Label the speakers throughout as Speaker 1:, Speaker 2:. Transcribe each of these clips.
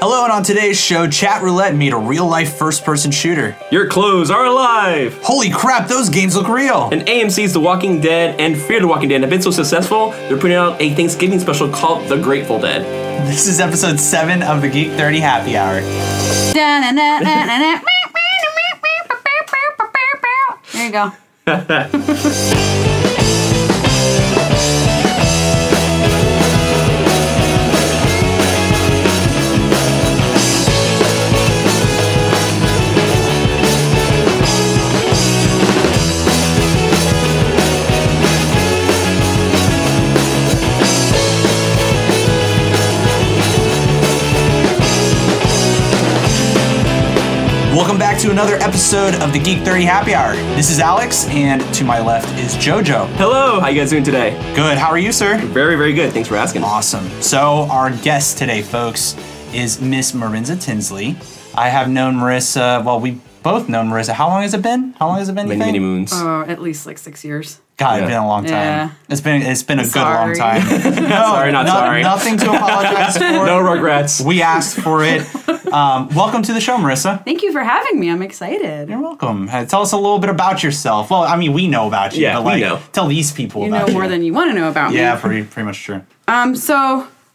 Speaker 1: Hello, and on today's show, Chat Roulette meet a real life first person shooter.
Speaker 2: Your clothes are alive!
Speaker 1: Holy crap, those games look real!
Speaker 2: And AMC's The Walking Dead and Fear the Walking Dead have been so successful, they're putting out a Thanksgiving special called The Grateful Dead.
Speaker 1: This is episode 7 of the Geek 30 Happy Hour.
Speaker 3: There you go.
Speaker 1: Welcome back to another episode of the Geek 30 Happy Hour. This is Alex, and to my left is JoJo.
Speaker 2: Hello, Oh, how you guys doing today?
Speaker 1: Good, how are you, sir?
Speaker 2: Very, very good. Thanks for asking.
Speaker 1: Awesome. So, our guest today, folks, is Miss Marinza Tinsley. I have known Marissa, well, we both known Marissa. How long has it been? How long has it been? you
Speaker 2: Many,
Speaker 1: think?
Speaker 2: many moons.
Speaker 3: Oh, at least like six years.
Speaker 1: God, it's
Speaker 2: Yeah.
Speaker 1: been a long time.
Speaker 3: Yeah.
Speaker 1: It's been it's been a good long
Speaker 3: Sorry.
Speaker 1: time. No,
Speaker 2: Sorry, not sorry.
Speaker 1: Nothing to apologize for.
Speaker 2: No regrets.
Speaker 1: We asked for it. Um, welcome to the show, Marissa.
Speaker 3: Thank you for having me. I'm excited.
Speaker 1: You're welcome. Uh, Tell us a little bit about yourself. Well, I mean, we know about you,
Speaker 2: Yeah,
Speaker 1: but
Speaker 2: we
Speaker 1: like,
Speaker 2: know.
Speaker 1: tell these people
Speaker 3: You
Speaker 1: about
Speaker 3: know more
Speaker 1: you.
Speaker 3: than you want to know about
Speaker 1: yeah,
Speaker 3: me.
Speaker 1: pretty pretty much true.
Speaker 3: Um, so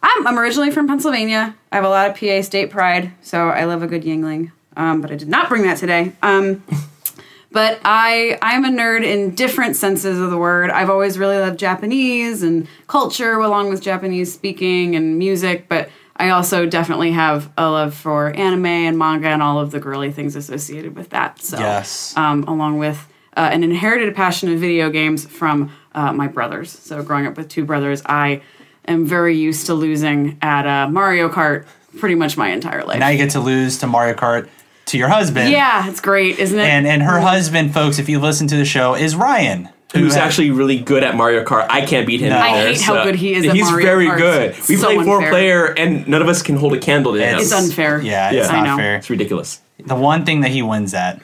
Speaker 3: I'm, I'm originally from Pennsylvania. I have a lot of PA state pride, so I love a good Yingling. Um, but I did not bring that today. Um, but I I'm a nerd in different senses of the word. I've always really loved Japanese and culture, along with Japanese speaking and music. But I also definitely have a love for anime and manga and all of the girly things associated with that. So
Speaker 1: Yes.
Speaker 3: um, along with uh, an inherited passion of video games from uh, my brothers. So, growing up with two brothers, I am very used to losing at uh, Mario Kart pretty much my entire life.
Speaker 1: Now you get to lose to Mario Kart to your husband.
Speaker 3: yeah, it's great, isn't it?
Speaker 1: And and her husband, folks, if you listen to the show, is Ryan.
Speaker 2: Who's
Speaker 1: had-
Speaker 2: actually really good at Mario Kart? I can't beat him.
Speaker 1: No. I
Speaker 2: either,
Speaker 3: hate how
Speaker 2: so-
Speaker 3: good he is at
Speaker 2: He's
Speaker 3: Mario
Speaker 2: very
Speaker 3: Kart.
Speaker 2: good. We
Speaker 3: So
Speaker 2: play four
Speaker 3: unfair.
Speaker 2: player, and none of us can hold a candle to him.
Speaker 3: It's unfair.
Speaker 1: Yeah, it's
Speaker 2: Yeah.
Speaker 1: not
Speaker 3: I know.
Speaker 1: fair.
Speaker 2: It's ridiculous.
Speaker 1: The one thing that he wins at.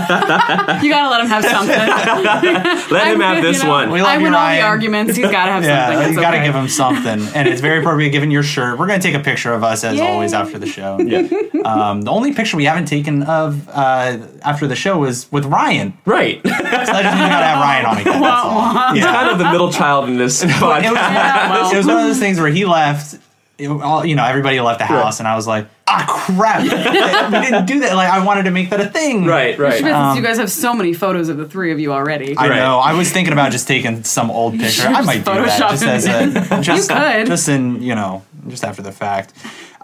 Speaker 3: you gotta let him have something.
Speaker 2: Let him
Speaker 3: I'm-
Speaker 2: have this
Speaker 3: you know,
Speaker 2: one.
Speaker 1: We love
Speaker 3: I
Speaker 1: you,
Speaker 3: win all the
Speaker 1: Ryan.
Speaker 3: arguments. He's gotta have
Speaker 1: Yeah,
Speaker 3: something.
Speaker 1: you
Speaker 3: It's
Speaker 1: got to
Speaker 3: okay.
Speaker 1: give him something, and it's very appropriate given your shirt. We're going to take a picture of us as
Speaker 3: Yay.
Speaker 1: always after the show.
Speaker 2: Yeah.
Speaker 1: Um, the only picture we haven't taken of uh, after the show was with Ryan.
Speaker 2: Right. It's
Speaker 1: So I just knew we gotta have Ryan on again. That's all. Yeah.
Speaker 2: kind of the middle child in this podcast.
Speaker 1: It was, it was one of those things where he left. it- all, you know, everybody left the house, and I was like, "Ah, crap! we didn't do that. Like, I wanted to make that a thing."
Speaker 2: Right, right.
Speaker 3: Since you guys have so many photos of the three of you already.
Speaker 1: I
Speaker 2: Right.
Speaker 1: know. I was thinking about just taking some old picture.
Speaker 3: should've
Speaker 1: I might do that
Speaker 3: Photoshopped
Speaker 1: just as a just,
Speaker 3: could.
Speaker 1: just in you know just after the fact.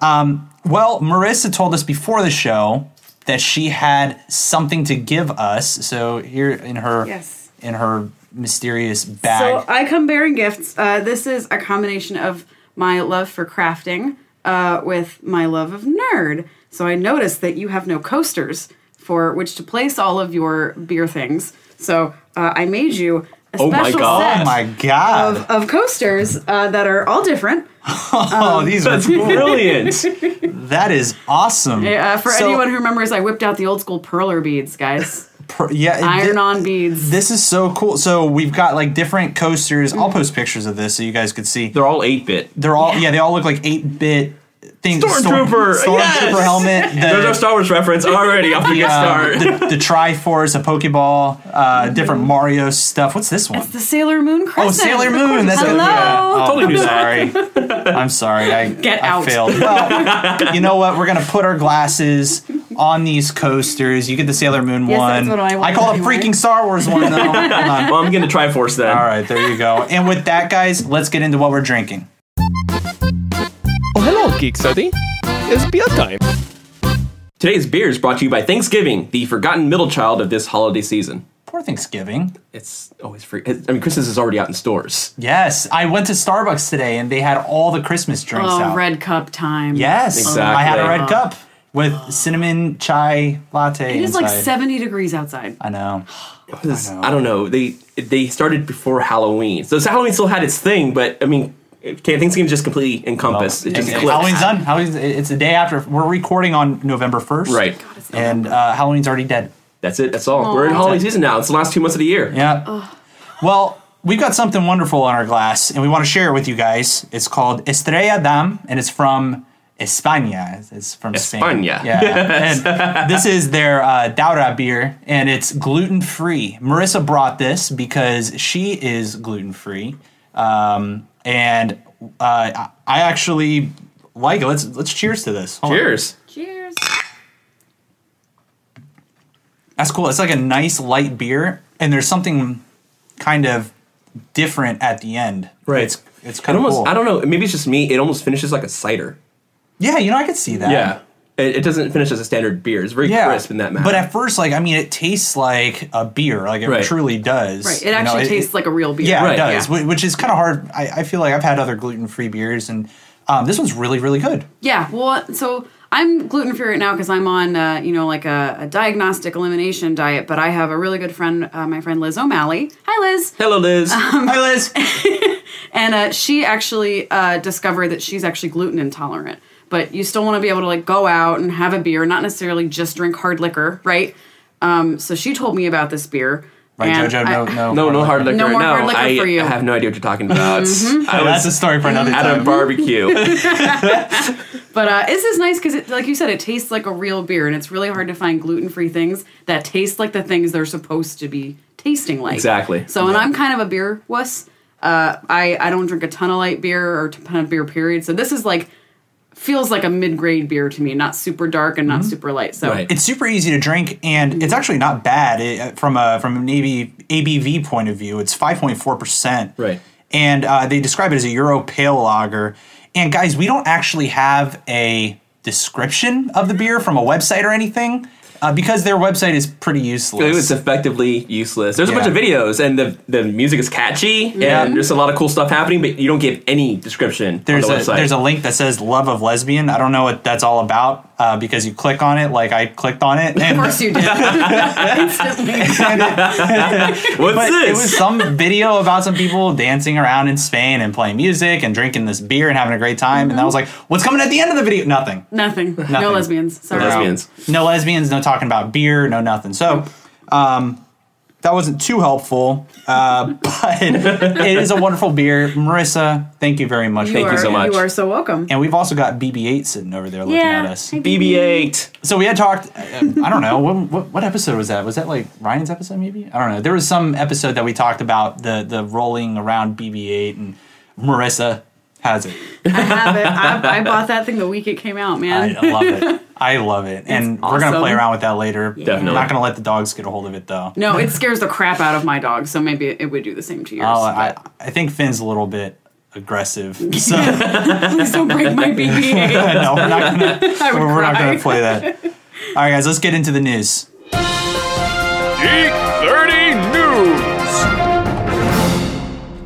Speaker 1: Um, well, Marissa told us before the show that she had something to give us. So here in her
Speaker 3: Yes.
Speaker 1: in her mysterious bag.
Speaker 3: So uh, I come bearing gifts. Uh, this is a combination of my love for crafting uh, with my love of nerd. So I noticed that you have no coasters for which to place all of your beer things. So uh, I made you a
Speaker 2: Oh my
Speaker 3: special
Speaker 2: God.
Speaker 1: oh
Speaker 3: set
Speaker 1: my god!
Speaker 3: of, of coasters uh, that are all different.
Speaker 1: oh,
Speaker 3: um,
Speaker 1: these are
Speaker 2: That's brilliant.
Speaker 1: that is awesome.
Speaker 3: Uh, for
Speaker 1: So,
Speaker 3: anyone who remembers, I whipped out the old school perler beads, guys.
Speaker 1: per- yeah, thi-
Speaker 3: Iron on beads.
Speaker 1: This is so cool. So we've got like different coasters.
Speaker 3: Mm.
Speaker 1: I'll post pictures of this so you guys could see.
Speaker 2: They're all 8 bit.
Speaker 1: They're all yeah. they all look like eight bit things. Storm-
Speaker 2: Stormtrooper,
Speaker 1: stormtrooper
Speaker 2: yes!
Speaker 1: helmet. The,
Speaker 2: There's our Star Wars reference already off to a good
Speaker 1: um,
Speaker 2: start.
Speaker 1: the, the Triforce, a Pokeball, uh, different Mario stuff. What's this one?
Speaker 3: the Sailor Moon
Speaker 1: Oh,
Speaker 3: crescent.
Speaker 1: Sailor Moon. That's
Speaker 3: Hello.
Speaker 1: What, yeah. Oh,
Speaker 2: Totally knew
Speaker 1: I'm sorry. I'm sorry. I
Speaker 3: Get
Speaker 1: I
Speaker 3: out.
Speaker 1: failed. Well, you know what? We're gonna put our glasses on these coasters. You get the Sailor Moon
Speaker 3: Yes,
Speaker 1: one.
Speaker 3: that's what I
Speaker 1: I
Speaker 3: wanted
Speaker 1: call it
Speaker 3: to be wearing.
Speaker 1: freaking Star Wars one though. Hold on.
Speaker 2: well, I'm getting a Triforce then.
Speaker 1: All right, there you go. And with that, guys, let's get into what we're drinking.
Speaker 4: Oh, hello, Geek Study. It's beer time.
Speaker 2: Today's beer is brought to you by Thanksgiving, the forgotten middle child of this holiday season.
Speaker 1: Poor Thanksgiving.
Speaker 2: It's always free. I mean, Christmas is already out in stores.
Speaker 1: Yes, I went to Starbucks today and they had all the Christmas drinks
Speaker 3: Oh,
Speaker 1: out.
Speaker 3: red cup time.
Speaker 1: Yes,
Speaker 2: Exactly.
Speaker 1: I had a red cup with cinnamon chai latte.
Speaker 3: It is like
Speaker 1: inside.
Speaker 3: 70 degrees outside.
Speaker 1: I know.
Speaker 2: This- I, don't know. They they started before Halloween, so Halloween still had its thing. But I mean, okay, Thanksgiving just completely encompassed. it just
Speaker 1: And
Speaker 2: eclipsed.
Speaker 1: Halloween's done. Halloween's, it's the day after. We're recording on November first,
Speaker 2: Right.
Speaker 1: And uh, Halloween's already dead.
Speaker 2: That's it. That's all. We're in holiday season now. It's the last two months of the year.
Speaker 1: Yeah. Well, we've got something wonderful on our glass, and we want to share it with you guys. It's called Estrella Dam, and it's from España. It's from Spain.
Speaker 2: España.
Speaker 1: Yeah. And this is their uh, Daura beer, and it's gluten free. Marissa brought this because she is gluten free, um, and uh, I I actually like it. Let's let's cheers to this. Hold on.
Speaker 2: Cheers.
Speaker 3: Cheers.
Speaker 1: That's cool. It's like a nice light beer, and there's something kind of different at the end.
Speaker 2: Right.
Speaker 1: It's it's
Speaker 2: It
Speaker 1: kind of
Speaker 2: almost,
Speaker 1: cool.
Speaker 2: I don't know, maybe it's just me. It almost finishes like a cider.
Speaker 1: yeah, you know, I could see that.
Speaker 2: It, it doesn't finish as a standard beer. It's very
Speaker 1: Yeah,
Speaker 2: crisp in that matter.
Speaker 1: but at first, like I mean, it tastes like a beer, like it
Speaker 2: Right.
Speaker 1: truly does.
Speaker 3: Right. It
Speaker 1: You know,
Speaker 3: actually tastes like a real beer.
Speaker 1: yeah,
Speaker 2: Right,
Speaker 1: it does,
Speaker 3: Yeah.
Speaker 1: whi- which is kind of hard. I, I feel like I've had other gluten free beers, and um, this one's really, really good.
Speaker 3: Yeah, well, so I'm gluten free right now because I'm on, uh, you know, like a, a diagnostic elimination diet. But I have a really good friend, uh, my friend Liz O'Malley. Hi, Liz.
Speaker 2: Hello, Liz.
Speaker 1: Hi, Liz.
Speaker 3: And uh, she actually uh, discovered that she's actually gluten intolerant. But you still want to be able to like go out and have a beer, not necessarily just drink hard liquor, right? Um, so she told me about this beer.
Speaker 1: right,
Speaker 3: and
Speaker 1: Jojo.
Speaker 3: I-
Speaker 1: No, no,
Speaker 2: no, no hard liquor.
Speaker 3: No more hard liquor
Speaker 2: I
Speaker 3: for you. Mm-hmm.
Speaker 2: have no idea what you're talking about. I
Speaker 1: That's a
Speaker 2: was
Speaker 1: story for another
Speaker 2: at a
Speaker 1: time.
Speaker 2: barbecue.
Speaker 3: But uh, this is nice because, like you said, it tastes like a real beer, and it's really hard to find gluten free things that taste like the things they're supposed to be tasting like.
Speaker 2: Exactly.
Speaker 3: So, and I'm kind of a beer wuss. Uh, I I don't drink a ton of light beer or a ton of beer period. So this is like feels like a mid grade beer to me, not super dark and not super light. So
Speaker 2: Mm-hmm. Right.
Speaker 1: It's super easy to drink, and it's actually not bad it, uh, from a from an AB, ABV point of view. It's five point four percent.
Speaker 2: Right.
Speaker 1: and uh, they describe it as a Euro pale lager. And guys, we don't actually have a description of the beer from a website or anything uh, because their website is pretty useless.
Speaker 2: It was effectively useless. There's a bunch
Speaker 1: Yeah.
Speaker 2: of videos, and the the music is catchy,
Speaker 1: Yeah.
Speaker 2: and there's a lot of cool stuff happening, but you don't give any description
Speaker 1: there's
Speaker 2: on the
Speaker 1: a
Speaker 2: website.
Speaker 1: there's a link that says love of lesbian. I don't know what that's all about uh, because you click on it like I clicked on it.
Speaker 3: of
Speaker 1: And,
Speaker 3: course you did instantly.
Speaker 2: What's
Speaker 1: but
Speaker 2: this?
Speaker 1: it was some video about some people dancing around in Spain and playing music and drinking this beer and having a great time. And I was
Speaker 2: Mm-hmm.
Speaker 1: like, what's coming at the end of the video? Nothing.
Speaker 3: Nothing. No lesbians. Sorry.
Speaker 2: No lesbians.
Speaker 1: No lesbians, no talking about beer, no nothing. So, um, that wasn't too helpful, uh, but it is a wonderful beer. Marissa, thank you very much.
Speaker 2: Thank you
Speaker 3: are,
Speaker 2: so much.
Speaker 3: You are so welcome.
Speaker 1: And we've also got BB8 sitting over there looking at us.
Speaker 2: BB-8.
Speaker 1: So we had talked. uh, I don't know what, what what episode was that? Was that like Ryan's episode? Maybe I don't know. There was some episode that we talked about the the rolling around BB-8 and Marissa has it.
Speaker 3: I have it. I, I bought that thing the week it came out,
Speaker 1: I
Speaker 3: man.
Speaker 1: love it. I love it, and we're gonna
Speaker 3: awesome.
Speaker 1: play around with that later.
Speaker 2: Definitely.
Speaker 1: I'm not gonna let the dogs get a hold of it though.
Speaker 3: No, it scares the crap out of my dog, so maybe it would do the same to yours.
Speaker 1: Oh,
Speaker 3: but-
Speaker 1: I I think Finn's a little bit aggressive, so
Speaker 3: Please don't break my BB.
Speaker 1: no, we're not gonna
Speaker 3: I would
Speaker 1: we're not gonna
Speaker 3: cry.
Speaker 1: play that. All right, guys, let's get into the news.
Speaker 5: Geek 30 News.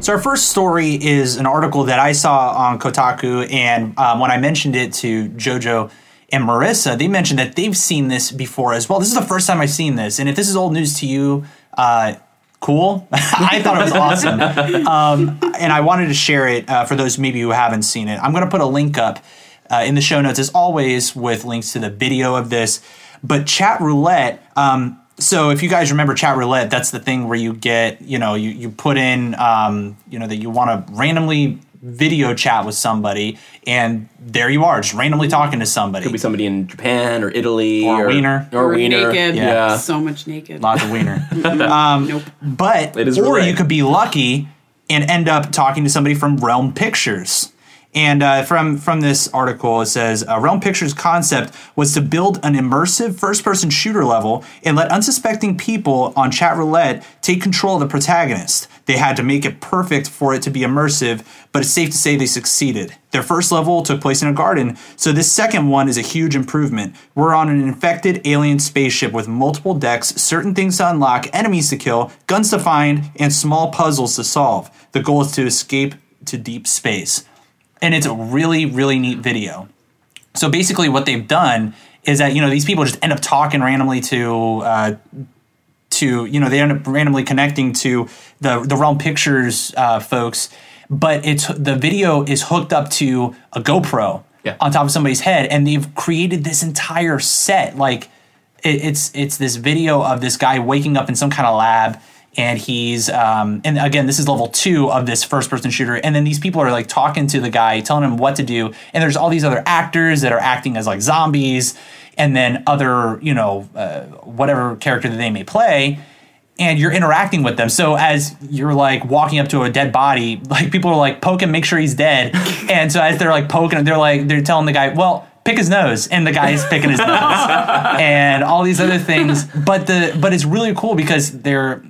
Speaker 1: So our first story is an article that I saw on Kotaku, and um, when I mentioned it to Jojo and Marissa, they mentioned that they've seen this before as well. This is the first time I've seen this, and if this is old news to you, uh, cool. I thought it was awesome, um, and I wanted to share it uh, for those maybe who haven't seen it. I'm going to put a link up uh, in the show notes, as always, with links to the video of this. But chat roulette. Um, so if you guys remember chat roulette, that's the thing where you get, you know, you you put in, um, you know, that you want to randomly video chat with somebody, and there you are, just randomly talking to somebody.
Speaker 2: Could be somebody in Japan or Italy
Speaker 1: Or Wiener.
Speaker 2: or
Speaker 3: We're
Speaker 2: Wiener.
Speaker 3: naked.
Speaker 2: Yeah.
Speaker 3: So much naked.
Speaker 1: Lots of wiener. Um,
Speaker 3: nope.
Speaker 1: But
Speaker 2: It is
Speaker 1: or
Speaker 2: roulette.
Speaker 1: you could be lucky and end up talking to somebody from Realm Pictures. And uh, from from this article, it says uh, Realm Pictures' concept was to build an immersive first-person shooter level and let unsuspecting people on chat roulette take control of the protagonist. They had to make it perfect for it to be immersive, but it's safe to say they succeeded. Their first level took place in a garden, so this second one is a huge improvement. We're on an infected alien spaceship with multiple decks, certain things to unlock, enemies to kill, guns to find, and small puzzles to solve. The goal is to escape to deep space. And it's a really, really neat video. So basically, what they've done is that you know these people just end up talking randomly to uh, to you know they end up randomly connecting to the the Realm Pictures uh, folks, but it's the video is hooked up to a GoPro
Speaker 2: Yeah.
Speaker 1: on top of somebody's head, and they've created this entire set like it, it's it's this video of this guy waking up in some kind of lab. and he's um, and again this is level two of this first person shooter and then these people are like talking to the guy telling him what to do and there's all these other actors that are acting as like zombies and then other you know uh, whatever character that they may play and you're interacting with them so as you're like walking up to a dead body like people are like poke him make sure he's dead and so as they're like poking him they're like they're telling the guy well pick his nose and the guy's picking his nose and all these other things. But the but it's really cool because they're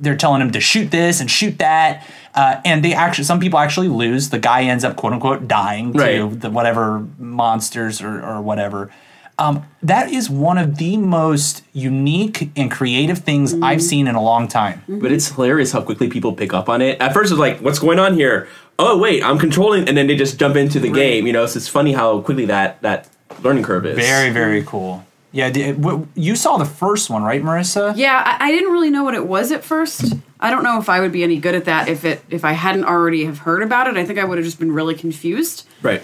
Speaker 1: they're telling him to shoot this and shoot that, uh, and they actually some people actually lose. The guy ends up quote unquote dying to
Speaker 2: Right.
Speaker 1: the whatever monsters or or whatever. Um, that is one of the most unique and creative things I've seen in a long time.
Speaker 2: But it's hilarious how quickly people pick up on it. At first, it was like, "What's going on here?" Oh, wait, I'm controlling, and then they just jump into the game. You know, so it's funny how quickly that that learning curve is.
Speaker 1: Very very cool. Yeah, did, w- you saw the first one, right, Marissa?
Speaker 6: Yeah, I, I didn't really know what it was at first. I don't know if I would be any good at that if it if I hadn't already have heard about it. I think I would have just been really confused.
Speaker 2: right.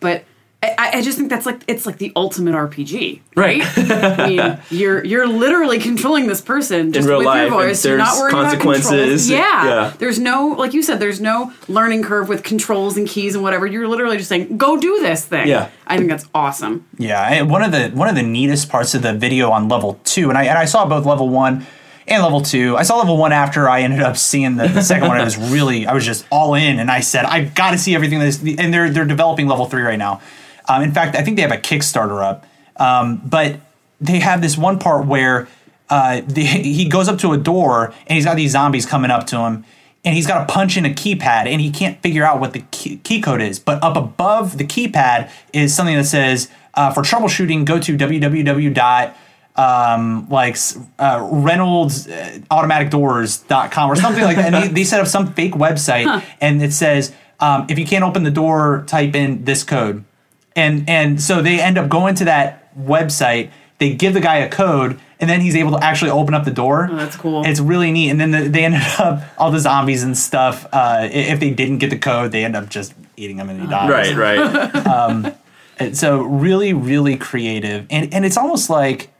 Speaker 6: But I- I, I just think that's like it's like the ultimate RPG,
Speaker 2: Right.
Speaker 6: I mean, you're you're literally controlling this person just
Speaker 2: real
Speaker 6: with
Speaker 2: life,
Speaker 6: your
Speaker 2: and
Speaker 6: voice. You're
Speaker 2: there's
Speaker 6: not worried
Speaker 2: consequences.
Speaker 6: about controls. Yeah.
Speaker 2: Yeah.
Speaker 6: there's no like you said, there's no learning curve with controls and keys and whatever. You're literally just saying, "Go do this thing."
Speaker 2: Yeah.
Speaker 6: I think that's awesome.
Speaker 1: Yeah, and one of the one of the neatest parts of the video on level two, and I and I saw both level one and level two. I saw level one after I ended up seeing the, the second one. I was really I was just all in, and I said I've got to see everything. This and they're they're developing level three right now. Um, in fact, I think they have a Kickstarter up, um, but they have this one part where uh, the, he goes up to a door and he's got these zombies coming up to him and he's got to punch in a keypad and he can't figure out what the key, key code is but up above the keypad is something that says uh, for troubleshooting go to www dot um, like s- uh, reynolds uh, automatic doors.com or something like that and they, they set up some fake website and it says um, if you can't open the door type in this code and and so they end up going to that website they give the guy a code and then he's able to actually open up the door
Speaker 6: Oh, that's cool.
Speaker 1: it's really neat and then the, they ended up all the zombies and stuff uh, i- if they didn't get the code they end up just eating them and he
Speaker 6: Uh-huh.
Speaker 1: dies
Speaker 2: Right. Right.
Speaker 1: And so really really creative and and it's almost like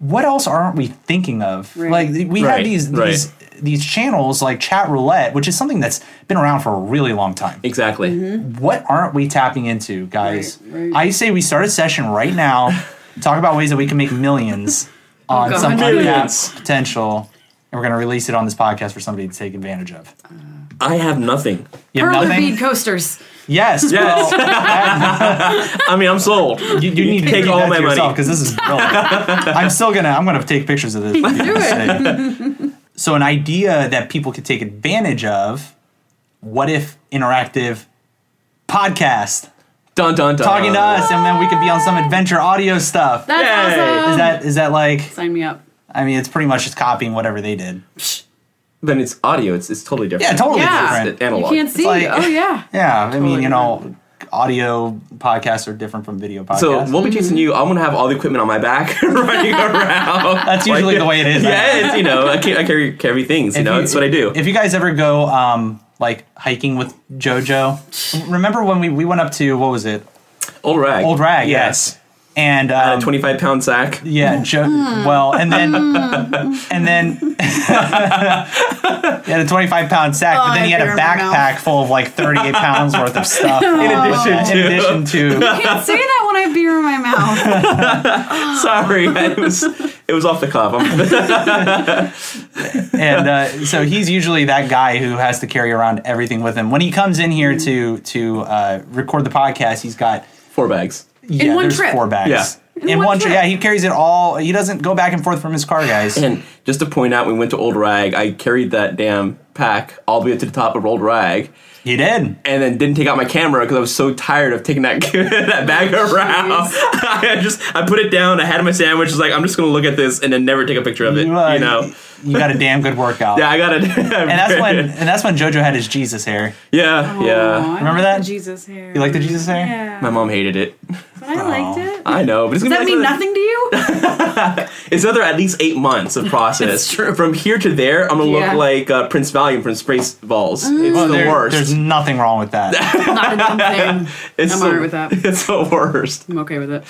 Speaker 1: what else aren't we thinking of
Speaker 6: Right.
Speaker 1: like we have
Speaker 2: Right,
Speaker 1: these
Speaker 2: right.
Speaker 1: these these channels like chat roulette which is something that's been around for a really long time
Speaker 2: exactly.
Speaker 1: what aren't we tapping into, guys?
Speaker 6: Right, right.
Speaker 1: I say we start a session right now, talk about ways that we can make millions on
Speaker 6: Oh, God.
Speaker 1: some
Speaker 2: Millions.
Speaker 1: untapped potential, and we're going to release it on this podcast for somebody to take advantage of.
Speaker 2: I have nothing.
Speaker 1: You have
Speaker 6: Pearl and
Speaker 1: nothing?
Speaker 6: bead coasters.
Speaker 1: Yes. Well,
Speaker 2: I mean, I'm sold.
Speaker 1: you, you need to
Speaker 2: Take
Speaker 1: take all
Speaker 2: all
Speaker 1: that
Speaker 2: my
Speaker 1: to
Speaker 2: money.
Speaker 1: yourself because this is brilliant. I'm still gonna. I'm gonna take pictures of this. for you to see. so an idea that people could take advantage of. What if interactive podcast
Speaker 2: Dun dun dun.
Speaker 1: talking to us, and then we could be on some adventure audio stuff?
Speaker 6: That's
Speaker 2: Yay.
Speaker 6: awesome.
Speaker 1: is that is that like
Speaker 6: Sign me up.
Speaker 1: I mean, it's pretty much just copying whatever they did.
Speaker 2: Then it's audio. It's it's totally different.
Speaker 1: Yeah, totally
Speaker 6: Yeah.
Speaker 1: different.
Speaker 2: It's analog.
Speaker 6: You can't see.
Speaker 1: like-
Speaker 6: oh yeah.
Speaker 1: Yeah, I mean,
Speaker 6: Totally
Speaker 1: you know, audio podcasts are different from video podcasts.
Speaker 2: So we'll be chasing you. I'm gonna have all the equipment on my back, running around.
Speaker 1: That's usually the way it is.
Speaker 2: Yeah, it's, you know, I carry, I carry carry things. You
Speaker 1: If
Speaker 2: know, that's what I do.
Speaker 1: If you guys ever go um, like hiking with JoJo, remember when we, we went up to what was it?
Speaker 2: old rag.
Speaker 1: Old Rag. yeah.
Speaker 2: Yes.
Speaker 1: And um,
Speaker 2: A 25 pound sack.
Speaker 1: Yeah, Joe. Well, and then and then he had a 25 pound sack,
Speaker 6: Oh,
Speaker 1: but then he
Speaker 6: I
Speaker 1: had a
Speaker 6: hear him now.
Speaker 1: backpack full of like 38 pounds worth of stuff. In
Speaker 2: addition
Speaker 1: in
Speaker 2: to-
Speaker 1: addition to,
Speaker 6: I can't say that when I have beer in my mouth.
Speaker 2: Sorry, it was it was off the cuff. I'm-
Speaker 1: and uh, so he's usually that guy who has to carry around everything with him. When he comes in here to to uh, record the podcast, he's got
Speaker 2: Four bags.
Speaker 1: yeah,
Speaker 6: one
Speaker 1: there's
Speaker 6: trip.
Speaker 1: four bags.
Speaker 2: Yeah.
Speaker 1: In, one, trip, yeah, he carries it all. He doesn't go back and forth from his car, guys.
Speaker 2: And just to point out, we went to Old Rag. I carried that damn pack all the way up to the top of Old Rag,
Speaker 1: He did.
Speaker 2: and then didn't take out my camera because I was so tired of taking that that bag
Speaker 1: Oh,
Speaker 2: around. I just I put it down. I had my sandwich. Was like, I'm just gonna look at this and then never take a picture of it. You,
Speaker 1: uh,
Speaker 2: know.
Speaker 1: you got a damn good workout.
Speaker 2: Yeah, I got it. and
Speaker 1: And that's when and that's when JoJo had his Jesus hair.
Speaker 2: Yeah,
Speaker 6: Oh, I
Speaker 2: yeah.
Speaker 1: Remember
Speaker 6: like
Speaker 1: that?
Speaker 6: the Jesus hair.
Speaker 1: You like the Jesus hair?
Speaker 6: Yeah.
Speaker 2: My mom hated it.
Speaker 6: But I liked it.
Speaker 2: I know, but it's
Speaker 6: Does
Speaker 2: gonna
Speaker 6: that
Speaker 2: be
Speaker 6: mean
Speaker 2: like-
Speaker 6: nothing to you?
Speaker 2: It's another at least eight months of process. From here to there, I'm gonna
Speaker 6: Yeah. Mm.
Speaker 2: look like uh, Prince Valiant from Space Balls. It's the
Speaker 1: There- There's
Speaker 2: worst.
Speaker 1: nothing wrong with that.
Speaker 6: Not a dumb thing.
Speaker 2: It's
Speaker 6: I'm
Speaker 2: the-
Speaker 6: alright with that.
Speaker 2: It's the worst.
Speaker 6: I'm okay with it.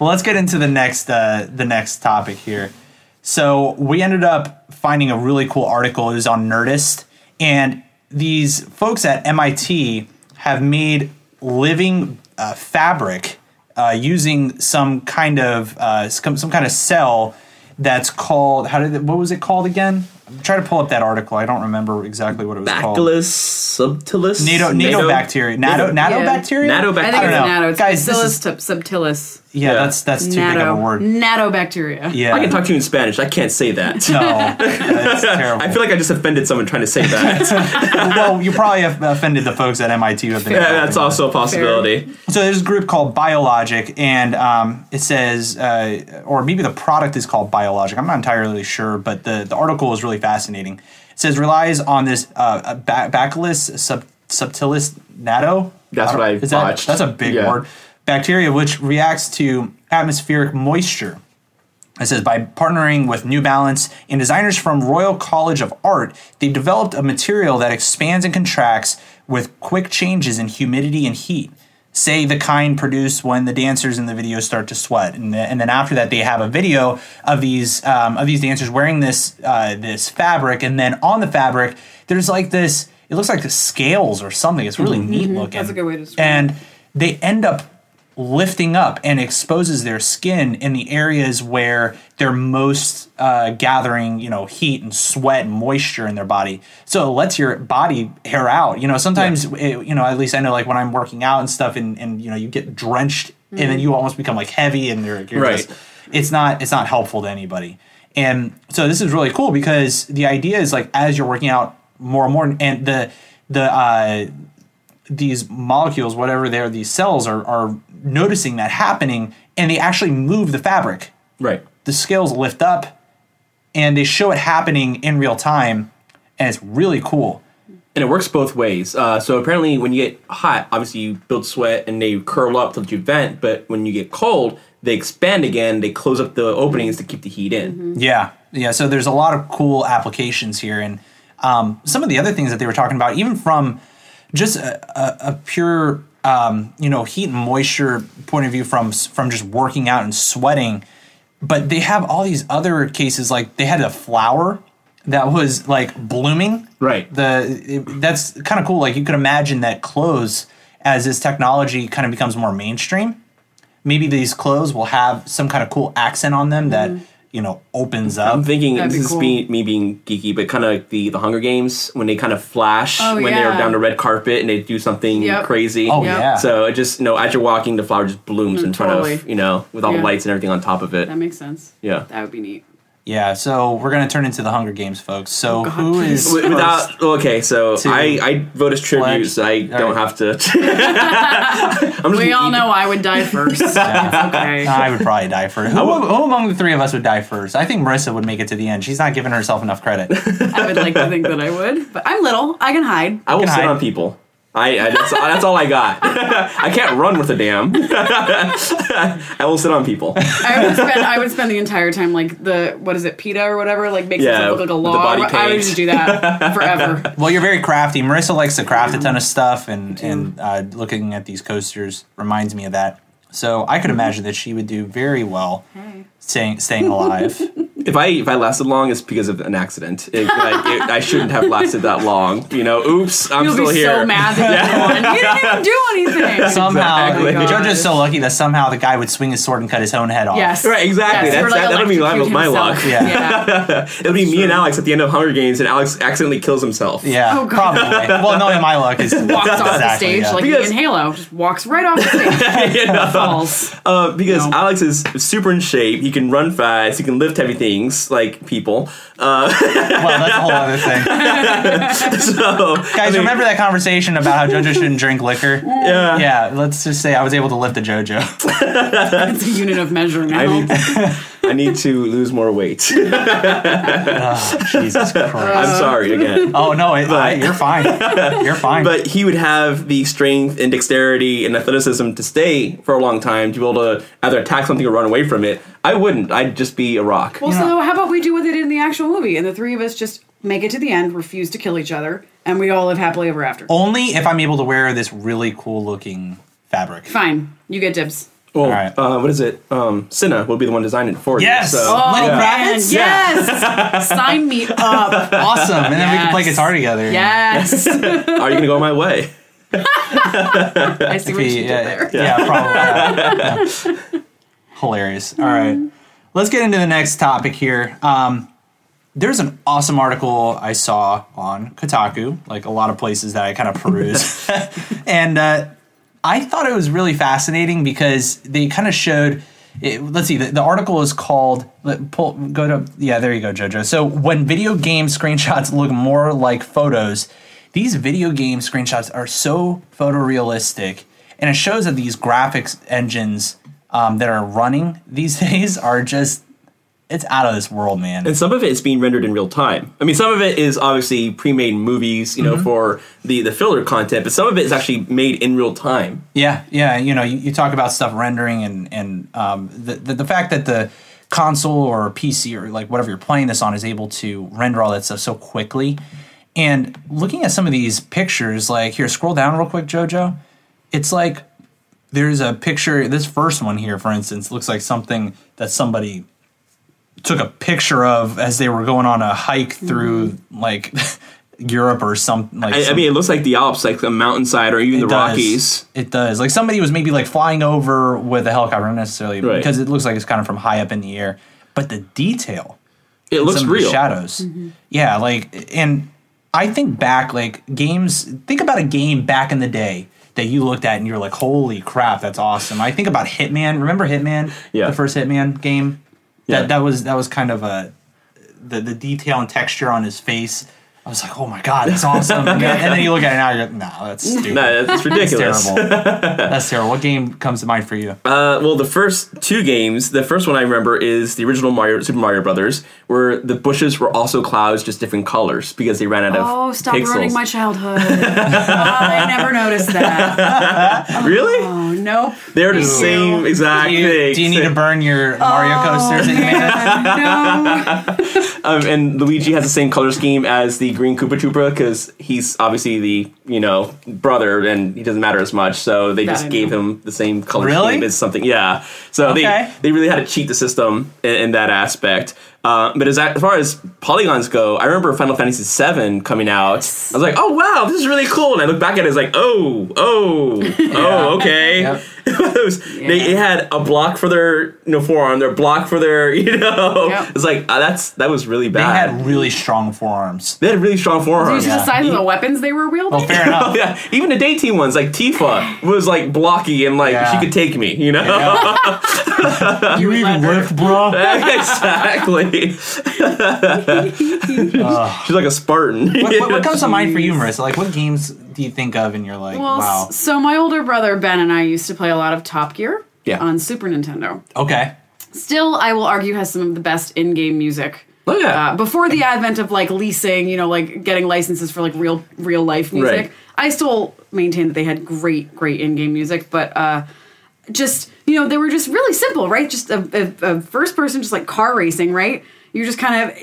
Speaker 1: well, let's get into the next uh, the next topic here. So we ended up finding a really cool article. It was on Nerdist, and these folks at MIT have made living uh, fabric uh, using some kind of uh, some, some kind of cell that's called how did it, what was it called again? I'm trying to pull up that article. I don't remember exactly what it was called.
Speaker 2: Bacillus subtilis.
Speaker 1: Nato, nato, bacteria, nato,
Speaker 6: Yeah.
Speaker 1: natobacteria,
Speaker 2: Natobacteria.
Speaker 6: I
Speaker 2: I
Speaker 6: think it's
Speaker 1: don't know.
Speaker 6: natto. It's
Speaker 1: Guys, this
Speaker 6: bacillus
Speaker 1: is-
Speaker 6: sub- subtilis.
Speaker 1: Yeah, that's that's too big of a word.
Speaker 6: Natobacteria.
Speaker 1: Yeah,
Speaker 2: I can talk to you in Spanish. I can't say that.
Speaker 1: No, that's terrible.
Speaker 2: I feel like I just offended someone trying to say that.
Speaker 1: well, you probably have offended the folks at MIT who have been.
Speaker 2: Yeah, that's also a possibility.
Speaker 1: So there's a group called Biologic, and um, it says, uh, or maybe the product is called Biologic. I'm not entirely sure, but the, the article is really fascinating. It says relies on this uh, ba- bacillus sub- subtilis natto.
Speaker 2: That's what I
Speaker 1: is that-
Speaker 2: botched.
Speaker 1: That's a big
Speaker 2: Yeah.
Speaker 1: word. Bacteria, which reacts to atmospheric moisture. It says by partnering with New Balance and designers from Royal College of Art, they developed a material that expands and contracts with quick changes in humidity and heat. Say the kind produced when the dancers in the video start to sweat, and, the, and then after that they have a video of these um, of these dancers wearing this uh, this fabric, and then on the fabric there's like this. It looks like the scales or something. It's really neat looking.
Speaker 6: Mm-hmm. That's a good way to describe it.
Speaker 1: And they end up lifting up and exposes their skin in the areas where they're most uh, gathering, you know, heat and sweat and moisture in their body. So it lets your body hair out. You know, sometimes, it, you know, at least I know like when I'm working out and stuff and, and you know, you get drenched and then you almost become like heavy and you're, you're
Speaker 2: Right.
Speaker 1: just, it's not, it's not helpful to anybody. And so this is really cool because the idea is like, as you're working out more and more and the, the, uh, these molecules, whatever they are, these cells are, are noticing that happening and they actually move the fabric.
Speaker 2: Right.
Speaker 1: The scales lift up and they show it happening in real time. And it's really cool.
Speaker 2: And it works both ways. Uh, so apparently, when you get hot, obviously you build sweat and they curl up so that you vent. But when you get cold, they expand again. They close up the openings to keep the heat in.
Speaker 6: Mm-hmm.
Speaker 1: Yeah. Yeah. So there's a lot of cool applications here. And um, some of the other things that they were talking about, even from just a, a, a pure, um, you know, heat and moisture point of view from, s- from just working out and sweating. But they have all these other cases, like they had a flower that was like blooming.
Speaker 2: Right.
Speaker 1: The it, that's kind of cool. Like you could imagine that clothes, as this technology kind of becomes more mainstream, maybe these clothes will have some kind of cool accent on them that you know opens up.
Speaker 2: I'm thinking
Speaker 6: That'd
Speaker 2: this
Speaker 6: be
Speaker 2: is
Speaker 6: cool.
Speaker 2: be, me being geeky, but kind of like the the Hunger Games when they kind of flash
Speaker 6: Oh,
Speaker 2: when
Speaker 6: yeah.
Speaker 2: they're down the red carpet and they do something
Speaker 6: Yep.
Speaker 2: crazy.
Speaker 1: oh
Speaker 6: Yep.
Speaker 1: yeah.
Speaker 2: So it just you know as you're walking, the flower just blooms in front
Speaker 6: Mm, totally.
Speaker 2: of you know with all
Speaker 6: Yeah.
Speaker 2: the lights and everything on top of it.
Speaker 6: That makes sense.
Speaker 2: Yeah.
Speaker 6: That would be neat.
Speaker 1: yeah. So we're gonna turn into the Hunger Games, folks. So who is
Speaker 2: Wi-
Speaker 1: first?
Speaker 2: Without okay, so
Speaker 1: to
Speaker 2: I I vote as tribute. So I
Speaker 1: All
Speaker 2: don't
Speaker 1: right.
Speaker 2: have to. I'm just
Speaker 6: We all
Speaker 2: gonna
Speaker 6: know I would die first. okay.
Speaker 1: I would probably die first. Who, who among the three of us would die first? I think Marissa would make it to the end. She's not giving herself enough credit.
Speaker 6: I would like to think that I would, but I'm little. I can hide.
Speaker 2: I will
Speaker 1: can
Speaker 2: sit
Speaker 1: hide.
Speaker 2: on people. I, I that's, that's all I got. I can't run with a damn. I will sit on people.
Speaker 6: I would spend I would spend the entire time like the what is it PETA or whatever like makes
Speaker 2: Yeah,
Speaker 6: myself look like a
Speaker 2: with the
Speaker 6: log.
Speaker 2: body
Speaker 6: I would
Speaker 2: paint.
Speaker 6: just do that forever.
Speaker 1: Well, you're very crafty. Marissa likes to craft a ton of stuff, and and uh, looking at these coasters reminds me of that. So I could imagine that she would do very well staying staying alive.
Speaker 2: If I if I lasted long, it's because of an accident. It, like, it, I shouldn't have lasted that long. You know, oops, I'm
Speaker 6: You'll
Speaker 2: still
Speaker 6: be
Speaker 2: here.
Speaker 6: so mad that you didn't even do anything.
Speaker 1: somehow,
Speaker 2: Exactly.
Speaker 1: the judge
Speaker 6: Oh Gosh.
Speaker 1: is so lucky that somehow the guy would swing his sword and cut his own head off.
Speaker 6: Yes.
Speaker 2: Right, exactly.
Speaker 6: Yes,
Speaker 2: That's-
Speaker 6: or, like,
Speaker 2: that- that'll be my-
Speaker 6: electrocute
Speaker 2: my
Speaker 6: himself.
Speaker 2: luck.
Speaker 1: Yeah.
Speaker 6: yeah.
Speaker 2: It'll be me and Alex at the end of Hunger Games, and Alex accidentally kills himself.
Speaker 1: Yeah,
Speaker 6: Oh, God.
Speaker 1: probably. Well, knowing my luck is
Speaker 6: Walks off the
Speaker 1: Exactly,
Speaker 6: stage
Speaker 1: yeah.
Speaker 6: like
Speaker 2: Because-
Speaker 6: in Halo. Just walks right off the stage.
Speaker 2: You know?
Speaker 6: Falls.
Speaker 2: Uh, because
Speaker 6: No.
Speaker 2: Alex is super in shape. He can run fast. He can lift heavy things like people.
Speaker 1: well, that's a whole other thing.
Speaker 2: So
Speaker 1: Guys, remember that conversation about how JoJo shouldn't drink liquor?
Speaker 2: yeah,
Speaker 1: Yeah, let's just say I was able to lift a JoJo.
Speaker 6: It's a unit of measure now.
Speaker 2: I need, I need to lose more weight.
Speaker 1: Jesus Christ.
Speaker 2: I'm sorry again.
Speaker 1: Oh no, it, I, you're fine. You're fine.
Speaker 2: But he would have the strength and dexterity and athleticism to stay for a long time to be able to either attack something or run away from it. I wouldn't. I'd just be a rock.
Speaker 6: Well, so how about we do what they did in the actual movie, and the three of us just make it to the end, refuse to kill each other, and we all live happily ever after.
Speaker 1: Only if I'm able to wear this really cool looking fabric.
Speaker 6: Fine, you get dibs.
Speaker 2: Well,
Speaker 1: All right.
Speaker 2: uh, what is it? Um, Cinna will be the one designing it for
Speaker 1: Yes!
Speaker 2: you.
Speaker 1: Oh, Lenny
Speaker 3: man,
Speaker 1: Kravitz?
Speaker 3: Yes. Sign me up.
Speaker 1: Awesome. And then we can play
Speaker 3: Yes.
Speaker 1: guitar together.
Speaker 3: Yes.
Speaker 2: So, are you going to go my way?
Speaker 3: I see what you did
Speaker 1: yeah,
Speaker 3: there.
Speaker 1: yeah, probably. Yeah. Hilarious. All right. Let's get into the next topic here. Um, there's an awesome article I saw on Kotaku, like a lot of places that I kind of peruse. and uh, I thought it was really fascinating because they kind of showed. It, let's see. The, the article is called. Let, pull, go to yeah. There you go, Jojo. So when video game screenshots look more like photos, these video game screenshots are so photorealistic, and it shows that these graphics engines um, that are running these days are just. It's out of this world, man.
Speaker 2: And some of it is being rendered in real time. I mean, some of it is obviously pre-made movies, you know, for the the filler content, but some of it is actually made in real time.
Speaker 1: Yeah, yeah. You know, you, you talk about stuff rendering and and um, the, the the fact that the console or PC or like whatever you're playing this on is able to render all that stuff so quickly. And looking at some of these pictures, like here, scroll down real quick, Jojo. It's like there's a picture. This first one here, for instance, looks like something that somebody took a picture of as they were going on a hike through like Europe or something. Like
Speaker 2: Mm-hmm. I, I
Speaker 1: some-
Speaker 2: mean, it looks like the Alps, like the mountainside, or even the
Speaker 1: it does.
Speaker 2: Rockies.
Speaker 1: It does. Like somebody was maybe like flying over with a helicopter, not necessarily
Speaker 2: Right.
Speaker 1: because it looks like it's kind of from high up in the air. But the detail,
Speaker 2: It
Speaker 1: in
Speaker 2: looks
Speaker 1: some of the
Speaker 2: real.
Speaker 1: shadows. Yeah, like and I think back like games. Think about a game back in the day that you looked at and you're like, "Holy crap, that's awesome!" I think about Hitman. Remember Hitman?
Speaker 2: Yeah.
Speaker 1: the first Hitman game. That
Speaker 2: Yeah.
Speaker 1: that was that was kind of a the the detail and texture on his face. I was like, "Oh my god, that's awesome!" and then you look at it now, you're like, "Nah, that's stupid."
Speaker 2: No, that's ridiculous.
Speaker 1: That's terrible. That's terrible. What game comes to mind for you?
Speaker 2: Uh, well, the first two games, the first one I remember is the original Mario, Super Mario Brothers, where the bushes were also clouds, just different colors because they ran out of
Speaker 3: Oh, stop
Speaker 2: pixels.
Speaker 3: ruining my childhood. Oh, I never noticed that.
Speaker 2: really?
Speaker 3: Oh, nope.
Speaker 2: They're the
Speaker 3: Thank
Speaker 2: same
Speaker 3: you.
Speaker 2: exact
Speaker 1: do, you,
Speaker 2: thing.
Speaker 1: do you need to burn your Mario
Speaker 3: Oh,
Speaker 1: coasters that you made? up?
Speaker 3: No.
Speaker 2: Um, and Luigi has the same color scheme as the Green Koopa Troopa because he's obviously the you know brother, and he doesn't matter as much. So they
Speaker 3: That I
Speaker 2: just
Speaker 3: know.
Speaker 2: gave him the same color
Speaker 1: Really?
Speaker 2: scheme as something. Yeah. So
Speaker 1: Okay.
Speaker 2: they they really had to cheat the system in, in that aspect. Uh, but as, as far as polygons go, I remember Final Fantasy VII coming out. I was like, oh wow, this is really cool. And I look back at it, it's like, oh, oh, oh, okay.
Speaker 1: Yep.
Speaker 2: It was- they, they had a block for their you know, forearm, their block for their you know.
Speaker 3: Yep.
Speaker 2: It's like uh, that's that was really
Speaker 1: They
Speaker 2: bad.
Speaker 1: had really strong forearms.
Speaker 2: They had really strong
Speaker 3: Due
Speaker 2: forearms.
Speaker 3: to
Speaker 2: Yeah.
Speaker 3: the size of the weapons they were wielding.
Speaker 1: Well, fair enough.
Speaker 2: even the day team ones, like Tifa, was like blocky and like
Speaker 1: Yeah.
Speaker 2: she could take me, you know?
Speaker 1: you even lift, bro.
Speaker 2: exactly. She's like a Spartan.
Speaker 1: What, what, what comes to mind for you, Marissa? Like, what games do you think of and you're like,
Speaker 3: Well,
Speaker 1: wow,
Speaker 3: s- so my older brother Ben and I used to play a lot of Top Gear
Speaker 2: Yeah.
Speaker 3: on Super Nintendo.
Speaker 1: okay,
Speaker 3: Still, I will argue has some of the best in-game music.
Speaker 2: Oh, yeah.
Speaker 3: Uh, before the advent of like leasing, you know, like getting licenses for like real real life music,
Speaker 2: Right.
Speaker 3: I still maintain that they had great great in-game music, but uh just you know they were just really simple, right? Just a, a, a first person, just like car racing, right? You're just kind of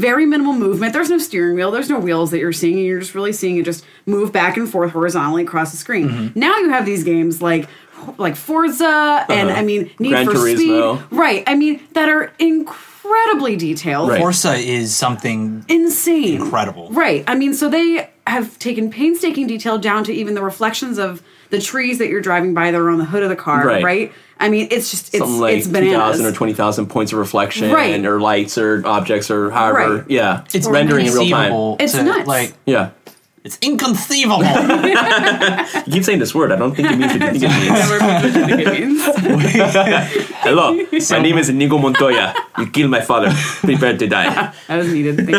Speaker 3: very minimal movement. There's no steering wheel. There's no wheels that you're seeing. And you're just really seeing it just move back and forth horizontally across the screen.
Speaker 2: Mm-hmm.
Speaker 3: Now you have these games like like Forza and I mean Need
Speaker 2: Uh-huh. Gran
Speaker 3: for
Speaker 2: Turismo.
Speaker 3: Speed, right? I mean that are incredibly detailed,
Speaker 2: Right.
Speaker 1: Forza is something
Speaker 3: insane,
Speaker 1: incredible.
Speaker 3: Right. I mean, so they have taken painstaking detail down to even the reflections of the trees that you're driving by that are on the hood of the car,
Speaker 2: Right.
Speaker 3: right? I mean, it's just it's
Speaker 2: Something like
Speaker 3: it's
Speaker 2: 2,000 or
Speaker 3: bananas.
Speaker 2: 20,000 points of reflection
Speaker 3: Right.
Speaker 2: or lights or objects or however.
Speaker 3: Right.
Speaker 2: Yeah.
Speaker 1: It's
Speaker 2: rendering in real time.
Speaker 1: inconceivable.
Speaker 3: It's
Speaker 1: to,
Speaker 3: nuts.
Speaker 1: Like,
Speaker 2: Yeah.
Speaker 1: it's inconceivable.
Speaker 2: You keep saying this word. I don't think it means what you think it means. Hello, my name is Inigo Montoya. You killed my father. Prepare to die.
Speaker 3: that was needed. Thank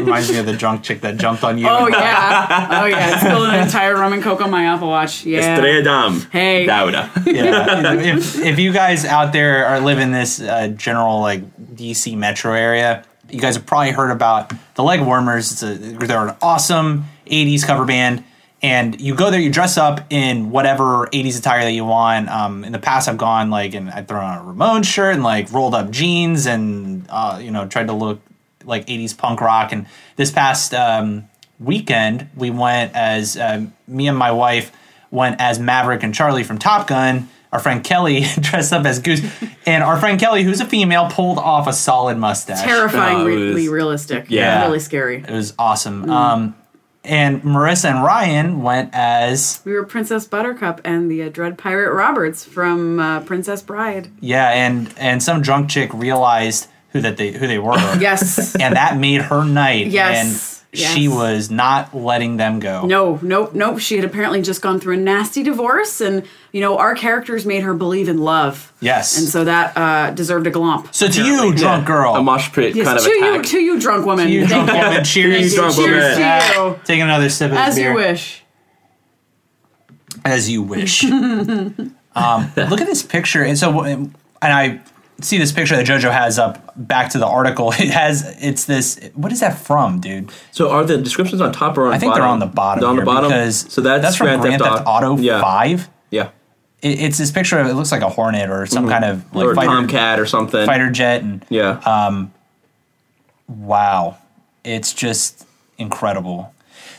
Speaker 1: Reminds me of the drunk chick that jumped on you.
Speaker 3: Oh yeah. Oh yeah. Spilled an entire rum and coke on my Apple Watch. Yeah.
Speaker 2: Estrella Dam.
Speaker 3: Hey.
Speaker 2: Daura.
Speaker 1: yeah. if, if you guys out there are live in this uh, general like DC metro area, you guys have probably heard about the Leg Warmers. It's a they're an awesome '80s cover band, and you go there, you dress up in whatever '80s attire that you want. Um, in the past, I've gone like and I thrown on a Ramon shirt and like rolled up jeans, and uh, you know tried to look like '80s punk rock. And this past um, weekend, uh, we went as um, me and my wife went as Maverick and Charlie from Top Gun our friend Kelly dressed up as Goose, and our friend Kelly, who's a female, pulled off a solid mustache.
Speaker 3: Terrifyingly
Speaker 2: Oh, it was-
Speaker 3: realistic.
Speaker 2: Yeah.
Speaker 3: Really scary.
Speaker 1: It was awesome.
Speaker 3: Mm.
Speaker 1: Um, and Marissa and Ryan went as
Speaker 3: We were Princess Buttercup and the uh, Dread Pirate Roberts from uh, Princess Bride.
Speaker 1: yeah, and and some drunk chick realized who that they who they were.
Speaker 3: Yes.
Speaker 1: and that made her night.
Speaker 3: Yes.
Speaker 1: and she
Speaker 3: Yes.
Speaker 1: was not letting them go.
Speaker 3: No, nope, nope. She had apparently just gone through a nasty divorce, and you know our characters made her believe in love.
Speaker 1: Yes.
Speaker 3: and so that uh, deserved a glomp.
Speaker 1: So to you, drunk girl,
Speaker 2: A mosh pit
Speaker 3: yes,
Speaker 2: kind of
Speaker 3: to
Speaker 2: attack.
Speaker 3: you, to you, drunk woman.
Speaker 1: you
Speaker 3: Thank
Speaker 1: drunk woman, cheers,
Speaker 2: you, drunk
Speaker 3: Cheers
Speaker 2: woman.
Speaker 3: to you.
Speaker 1: Take another sip of this
Speaker 3: As
Speaker 1: beer.
Speaker 3: you wish.
Speaker 1: as you wish. um, look at this picture, and so and I see this picture that JoJo has up. Back to the article, it has it's this. What is that from, dude?
Speaker 2: So are the descriptions on top or on
Speaker 1: I think
Speaker 2: bottom?
Speaker 1: they're on the bottom.
Speaker 2: They're on the
Speaker 1: here
Speaker 2: bottom.
Speaker 1: because
Speaker 2: so that's,
Speaker 1: that's from Grand, Theft, Auto,
Speaker 2: yeah.
Speaker 1: Five.
Speaker 2: Yeah.
Speaker 1: It, it's this picture. of It looks like a hornet or some kind of like
Speaker 2: Mm-hmm. or
Speaker 1: fighter
Speaker 2: Tomcat or something.
Speaker 1: fighter uh, jet, and
Speaker 2: Yeah.
Speaker 1: wow, it's just incredible.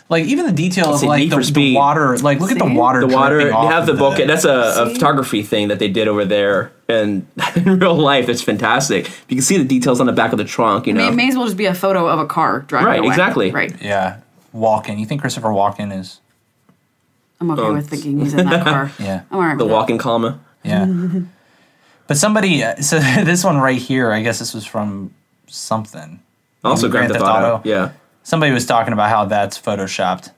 Speaker 1: Like even the detail of
Speaker 2: see,
Speaker 1: like
Speaker 2: Need
Speaker 1: the,
Speaker 2: for
Speaker 1: the
Speaker 2: Speed.
Speaker 1: water. Like look at the
Speaker 3: See?
Speaker 1: water.
Speaker 2: the water. They
Speaker 1: dripping off
Speaker 2: have the
Speaker 1: of
Speaker 2: bokeh. That's a, a
Speaker 3: See?
Speaker 2: photography thing that they did over there, and in real life, it's fantastic. You can see the details on the back of the trunk. You know,
Speaker 3: May, may as well just be a photo of a car driving
Speaker 2: Right,
Speaker 3: away.
Speaker 2: exactly.
Speaker 3: Right.
Speaker 1: yeah, Walken. You think Christopher Walken is?
Speaker 3: I'm okay with thinking he's in that car.
Speaker 1: Yeah.
Speaker 3: I'm all right
Speaker 2: the
Speaker 3: with that.
Speaker 2: walking comma.
Speaker 1: Yeah. but somebody, uh, so this one right here, I guess this was from something.
Speaker 2: Also,
Speaker 1: Grand
Speaker 2: Grand, Theft,
Speaker 1: Theft
Speaker 2: Auto.
Speaker 1: Auto.
Speaker 2: Yeah,
Speaker 1: Somebody was talking about how that's photoshopped.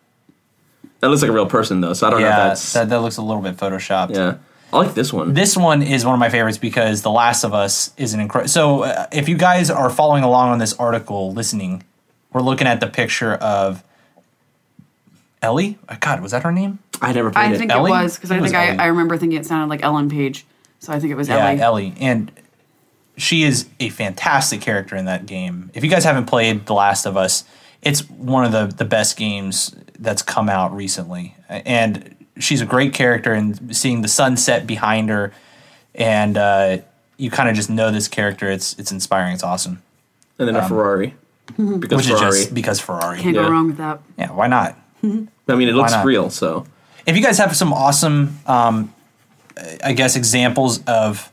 Speaker 2: that looks like a real person though. So I don't know if
Speaker 1: Yeah,
Speaker 2: that's.
Speaker 1: that, that looks a little bit photoshopped.
Speaker 2: yeah, I like this one.
Speaker 1: This one is one of my favorites because The Last of Us is an incredible. So, uh, if you guys are following along on this article, listening, we're looking at the picture of Ellie. Oh, God, was that her name?
Speaker 2: I never played
Speaker 3: I
Speaker 2: it.
Speaker 3: think
Speaker 1: Ellie?
Speaker 3: it was because
Speaker 1: It
Speaker 3: I
Speaker 1: was
Speaker 3: think I,
Speaker 1: Ellie.
Speaker 3: I remember thinking it sounded like Ellen Page, so I think it was
Speaker 1: Yeah,
Speaker 3: Ellie.
Speaker 1: Ellie. And she is a fantastic character in that game. If you guys haven't played The Last of Us, it's one of the, the best games that's come out recently. And she's a great character, and seeing the sunset behind her, and uh, you kind of just know this character. It's it's inspiring. It's awesome.
Speaker 2: and then a Ferrari because
Speaker 1: Um, Which
Speaker 2: Ferrari.
Speaker 1: is just because Ferrari.
Speaker 3: Can't
Speaker 2: Yeah.
Speaker 3: go wrong with that.
Speaker 1: Yeah, why not?
Speaker 2: I mean, it looks
Speaker 1: not?
Speaker 2: real. So
Speaker 1: if you guys have some awesome um, i guess examples of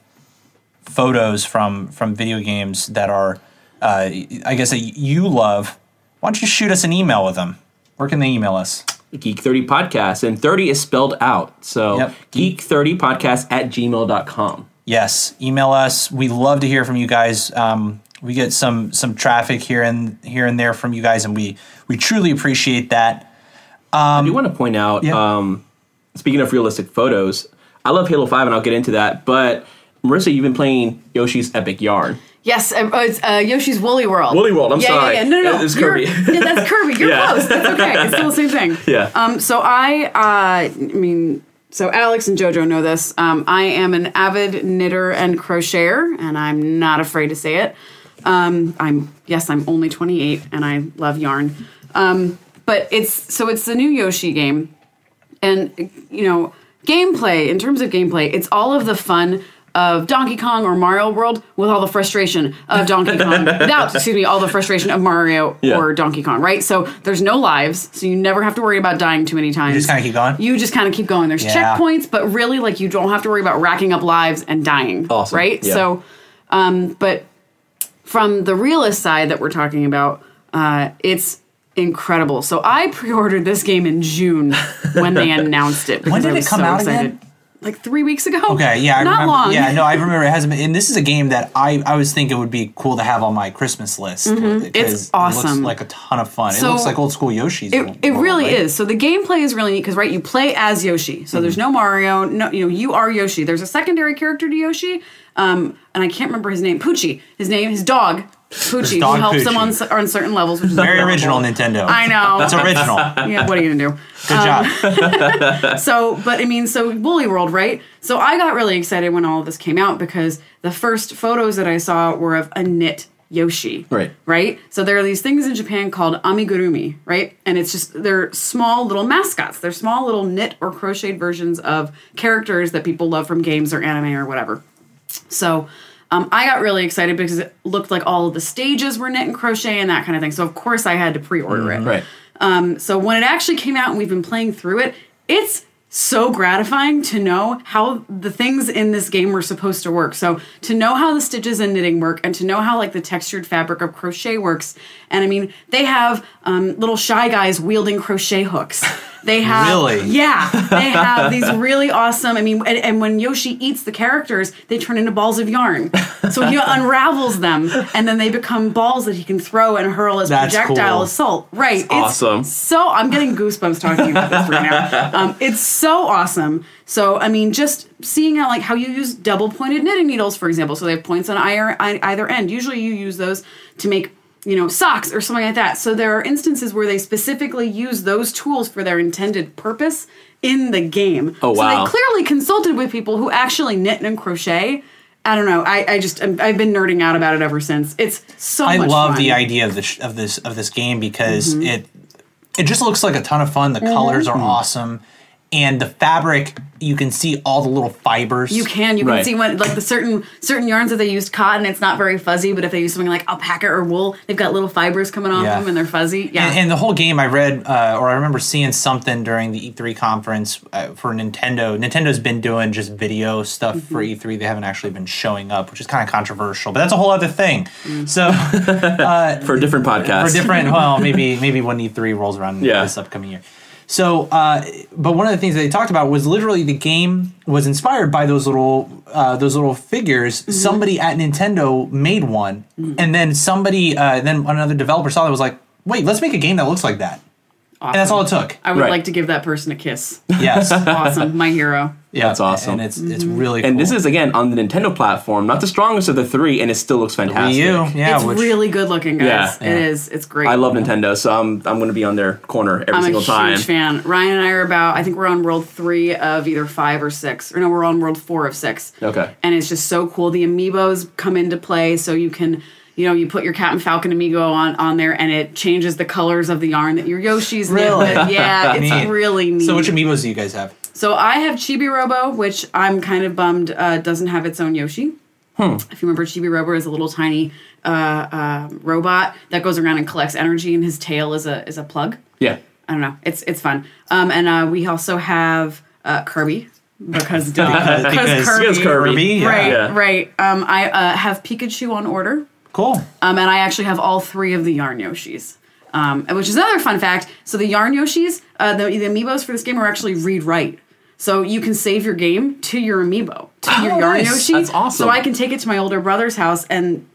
Speaker 1: photos from from video games that are uh, i guess that you love why don't you shoot us an email with them where can they email us
Speaker 2: Geek 30 Podcast, and 30 is spelled out. So
Speaker 1: Yep.
Speaker 2: Geek 30 Podcast at gmail.com.
Speaker 1: yes email us we love to hear from you guys um, we get some some traffic here and here and there from you guys and we we truly appreciate that
Speaker 2: I do want to point out,
Speaker 1: Um, yeah.
Speaker 2: um, speaking of realistic photos, I love Halo 5, and I'll get into that. But Marissa, you've been playing Yoshi's Epic Yarn.
Speaker 3: Yes, uh, oh, it's uh, Yoshi's Woolly World.
Speaker 2: Woolly World, I'm
Speaker 3: yeah,
Speaker 2: sorry.
Speaker 3: Yeah, yeah. No, no, no.
Speaker 2: It was
Speaker 3: You're-
Speaker 2: Kirby.
Speaker 3: yeah, that's Kirby. You're
Speaker 2: Yeah.
Speaker 3: close. That's okay. It's still the same thing.
Speaker 2: Yeah.
Speaker 3: Um. So I, uh, I mean, so Alex and JoJo know this. Um, I am an avid knitter and crocheter, and I'm not afraid to say it. Um, I'm yes, I'm only 28, and I love yarn. Um, but it's so it's the new Yoshi game and you know gameplay in terms of gameplay it's all of the fun of Donkey Kong or Mario World with all the frustration of Donkey Kong without excuse me all the frustration of Mario
Speaker 2: Yeah.
Speaker 3: or Donkey Kong right so there's no lives so you never have to worry about dying too many times you
Speaker 1: just kinda keep going?
Speaker 3: you just kind of keep going there's
Speaker 1: Yeah.
Speaker 3: checkpoints but really like you don't have to worry about racking up lives and dying
Speaker 2: Awesome.
Speaker 3: right
Speaker 2: Yeah.
Speaker 3: so um but from the realist side that we're talking about, uh, it's incredible. So I pre-ordered this game in June when they announced it. because
Speaker 1: did
Speaker 3: I
Speaker 1: it
Speaker 3: was
Speaker 1: come
Speaker 3: so
Speaker 1: out
Speaker 3: excited.
Speaker 1: again?
Speaker 3: Like three weeks ago.
Speaker 1: Okay, yeah, I
Speaker 3: not
Speaker 1: remember,
Speaker 3: long.
Speaker 1: Yeah, no, I remember it hasn't been. And this is a game that I I was thinking would be cool to have on my Christmas list. because
Speaker 3: Mm-hmm. It's
Speaker 1: It looks
Speaker 3: awesome.
Speaker 1: like a ton of fun. it
Speaker 3: So-
Speaker 1: looks like old school Yoshi's.
Speaker 3: It, it really is. So the gameplay is really neat because right, you play as Yoshi. So
Speaker 1: Mm-hmm.
Speaker 3: there's no Mario. No, you know you are Yoshi. There's a secondary character to Yoshi, um, and I can't remember his name. Poochie. His name, his dog, Poochie,
Speaker 1: dog
Speaker 3: who helps
Speaker 1: Poochie.
Speaker 3: him on, cer- on certain levels, which is
Speaker 1: Very
Speaker 3: adorable.
Speaker 1: original Nintendo.
Speaker 3: I know.
Speaker 1: That's original. Good
Speaker 3: Yeah, what are you gonna do?
Speaker 1: job.
Speaker 3: So, but I mean, so Woolly World, right? So I got really excited when all of this came out because the first photos that I saw were of a knit Yoshi.
Speaker 2: Right.
Speaker 3: Right? So there are these things in Japan called amigurumi, right? And it's just, they're small little mascots. They're small little knit or crocheted versions of characters that people love from games or anime or whatever. So um, I got really excited because it looked like all of the stages were knit and crochet and that kind of thing. So, of
Speaker 2: Mm-hmm.
Speaker 3: course, I had to pre order it.
Speaker 2: Right.
Speaker 3: Um, so when it actually came out and we've been playing through it, it's so gratifying to know how the things in this game were supposed to work. So to know how the stitches and knitting work, and to know how like the textured fabric of crochet works. And I mean, they have um, little shy guys wielding crochet hooks. They have
Speaker 1: Really?
Speaker 3: yeah, they have these really awesome. I mean, and, and when Yoshi eats the characters, they turn into balls of yarn. So he unravels them, and then they become balls that he can throw and hurl as
Speaker 1: That's
Speaker 3: projectile
Speaker 1: cool.
Speaker 3: assault. Right? It's
Speaker 2: awesome.
Speaker 3: so I'm getting goosebumps talking about this right now. Um, it's so awesome. So I mean, just seeing how like how you use double pointed knitting needles, for example. So they have points on either, either end. Usually, you use those to make you know socks or something like that. So there are instances where they specifically use those tools for their intended purpose in the game.
Speaker 2: Oh, wow.
Speaker 3: So they clearly consulted with people who actually knit and crochet. I don't know. I, I just I'm, I've been nerding out about it ever since. It's so.
Speaker 1: I
Speaker 3: much
Speaker 1: love
Speaker 3: fun. Mm-hmm.
Speaker 1: the idea of this of this of this game because it it just looks like a ton of fun. The colors are awesome, and the fabric you can see all the little fibers.
Speaker 3: You can. You
Speaker 2: Right.
Speaker 3: can see when like the certain certain yarns that they used cotton, it's not very fuzzy. But if they use something like alpaca or wool, they've got little fibers coming off
Speaker 1: Yeah.
Speaker 3: them and they're fuzzy. Yeah.
Speaker 1: And, and the whole game, I read uh, or I remember seeing something during the E3 conference uh, for Nintendo. Nintendo's been doing just video stuff for E3. They haven't actually been showing up, which is kind of controversial, but that's a whole other thing. So
Speaker 2: for a different podcast.
Speaker 1: for different, well, maybe maybe when E3 rolls around
Speaker 2: Yeah.
Speaker 1: this upcoming year. So, uh, but one of the things that they talked about was literally the game was inspired by those little uh, those little figures.
Speaker 3: Mm-hmm.
Speaker 1: Somebody at Nintendo made one,
Speaker 3: Mm.
Speaker 1: and then somebody uh, then another developer saw that and was like, "Wait, let's make a game that looks like that." And that's all it took.
Speaker 3: I would
Speaker 2: Right.
Speaker 3: like to give that person a kiss.
Speaker 1: Yes, yeah,
Speaker 3: awesome, my hero.
Speaker 2: That's awesome.
Speaker 1: And it's it's really
Speaker 2: and
Speaker 1: cool.
Speaker 2: this is again on the Nintendo platform, not the strongest of the three, and it still looks
Speaker 1: Wii
Speaker 2: fantastic.
Speaker 1: U, yeah,
Speaker 3: it's
Speaker 1: which-
Speaker 3: really good looking, guys.
Speaker 2: Yeah.
Speaker 3: It is. It's great.
Speaker 2: I love Nintendo, so I'm I'm going to be on their corner every
Speaker 3: I'm a
Speaker 2: single
Speaker 3: huge
Speaker 2: time.
Speaker 3: fan. Ryan and I are about. I think we're on world three of either five or six, or no, we're on world four of six.
Speaker 2: Okay.
Speaker 3: And it's just so cool. The amiibos come into play, so you can, you know, you put your Captain Falcon amiibo on on there, and it changes the colors of the yarn that your Yoshi's knit
Speaker 1: Really?
Speaker 3: with. Yeah, it's
Speaker 1: Neat.
Speaker 3: really neat.
Speaker 1: So, which amiibos do you guys have?
Speaker 3: So I have Chibi Robo, which I'm kind of bummed uh, doesn't have its own Yoshi.
Speaker 1: Hmm.
Speaker 3: If you remember, Chibi Robo is a little tiny uh, uh, robot that goes around and collects energy, and his tail is a is a plug.
Speaker 2: Yeah.
Speaker 3: I don't know. It's it's fun. Um, and uh, we also have uh, Kirby because duh.
Speaker 1: because-
Speaker 2: because Kirby.
Speaker 1: Kirby, yeah.
Speaker 3: Right,
Speaker 2: Yeah.
Speaker 3: right. Um, I uh, have Pikachu on order.
Speaker 1: Cool.
Speaker 3: Um, and I actually have all three of the Yarn Yoshis. Um, which is another fun fact. So the Yarn Yoshis, uh, the, the amiibos for this game are actually read write. So you can save your game to your amiibo, to your
Speaker 1: Oh,
Speaker 3: Yarn
Speaker 1: nice.
Speaker 3: Yoshi.
Speaker 2: That's awesome.
Speaker 3: So I can take it to my older brother's house and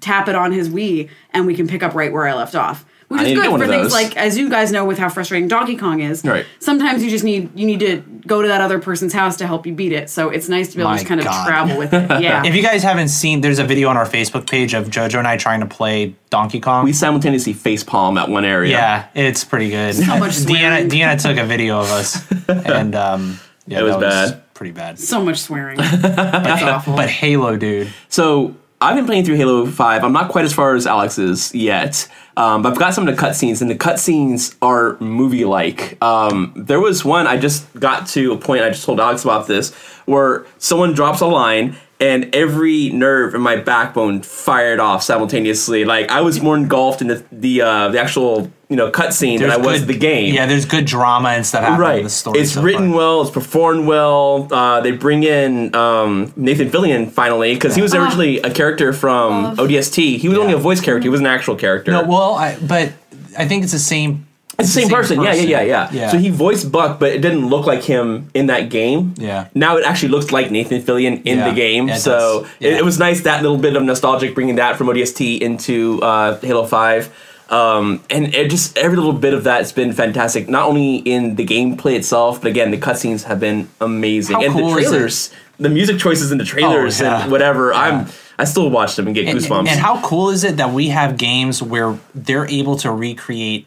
Speaker 3: tap it on his Wii, and we can pick up right where I left off. Which
Speaker 2: I
Speaker 3: is
Speaker 2: need to
Speaker 3: good
Speaker 2: get one
Speaker 3: for
Speaker 2: of
Speaker 3: things
Speaker 2: those.
Speaker 3: like, as you guys know, with how frustrating Donkey Kong is.
Speaker 2: Right.
Speaker 3: Sometimes you just need you need to go to that other person's house to help you beat it. So it's nice to be able
Speaker 1: My
Speaker 3: to just kind of
Speaker 1: God.
Speaker 3: travel with it. Yeah.
Speaker 1: If you guys haven't seen, there's a video on our Facebook page of JoJo and I trying to play Donkey Kong.
Speaker 2: We simultaneously face palm at one area.
Speaker 1: yeah, it's pretty good. Deanna,
Speaker 3: much swearing.
Speaker 1: Deanna took a video of us, and um, yeah,
Speaker 2: It was
Speaker 1: that
Speaker 2: bad.
Speaker 1: pretty bad.
Speaker 3: so much swearing. That's awful.
Speaker 1: But Halo, dude,
Speaker 2: So I've been playing through Halo 5. I'm not quite as far as Alex is yet. Um, but I've got some of the cutscenes, and the cutscenes are movie like. Um, there was one I just got to a point, I just told Alex about this, where someone drops a line. And every nerve in my backbone fired off simultaneously. Like I was more engulfed in the the, uh, the actual you know cutscene than I was
Speaker 1: good-
Speaker 2: the game.
Speaker 1: Yeah, there's good drama and stuff happening in the story.
Speaker 2: It's
Speaker 1: so
Speaker 2: written
Speaker 1: far.
Speaker 2: well. It's performed well. Uh, they bring in um, Nathan Fillion finally because he was originally a character from ODST. He was only a voice character. He was an actual character.
Speaker 1: No, well, I, but I think it's the same.
Speaker 2: it's the same, person. Yeah, yeah, yeah, yeah,
Speaker 1: Yeah.
Speaker 2: So he voiced Buck, but it didn't look like him in that game.
Speaker 1: Yeah.
Speaker 2: Now it actually looks like Nathan Fillion in
Speaker 1: Yeah.
Speaker 2: the game.
Speaker 1: Yeah, it
Speaker 2: so
Speaker 1: does.
Speaker 2: it,
Speaker 1: Yeah.
Speaker 2: it was nice that little bit of nostalgic bringing that from ODST into uh, Halo Five. Um, and it just every little bit of that's been fantastic. Not only in the gameplay itself, but again, the cutscenes have been amazing,
Speaker 1: How
Speaker 2: and
Speaker 1: cool
Speaker 2: the
Speaker 1: is it? Oh,
Speaker 2: trailers, the music choices in the trailers,
Speaker 1: yeah.
Speaker 2: and whatever. I'm I still watch them and get
Speaker 1: And,
Speaker 2: goosebumps.
Speaker 1: and how cool is it that we have games where they're able to recreate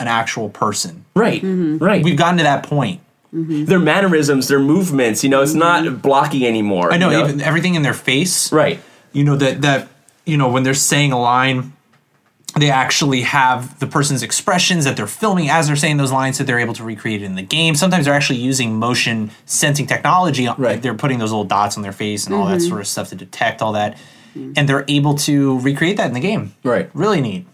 Speaker 1: an actual person?
Speaker 2: right, right.
Speaker 1: We've gotten to that point.
Speaker 2: their mannerisms, their movements. You know, it's not blocky anymore.
Speaker 1: Mm-hmm. I know,
Speaker 2: you
Speaker 1: even everything in their face.
Speaker 2: right.
Speaker 1: you know that that you know when they're saying a line they actually have the person's expressions that they're filming as they're saying those lines that they're able to recreate it in the game sometimes they're actually using motion sensing technology
Speaker 2: Right.
Speaker 1: they're putting those little dots on their face and all that sort of stuff to detect all that and they're able to recreate that in the game
Speaker 2: Right.
Speaker 1: really neat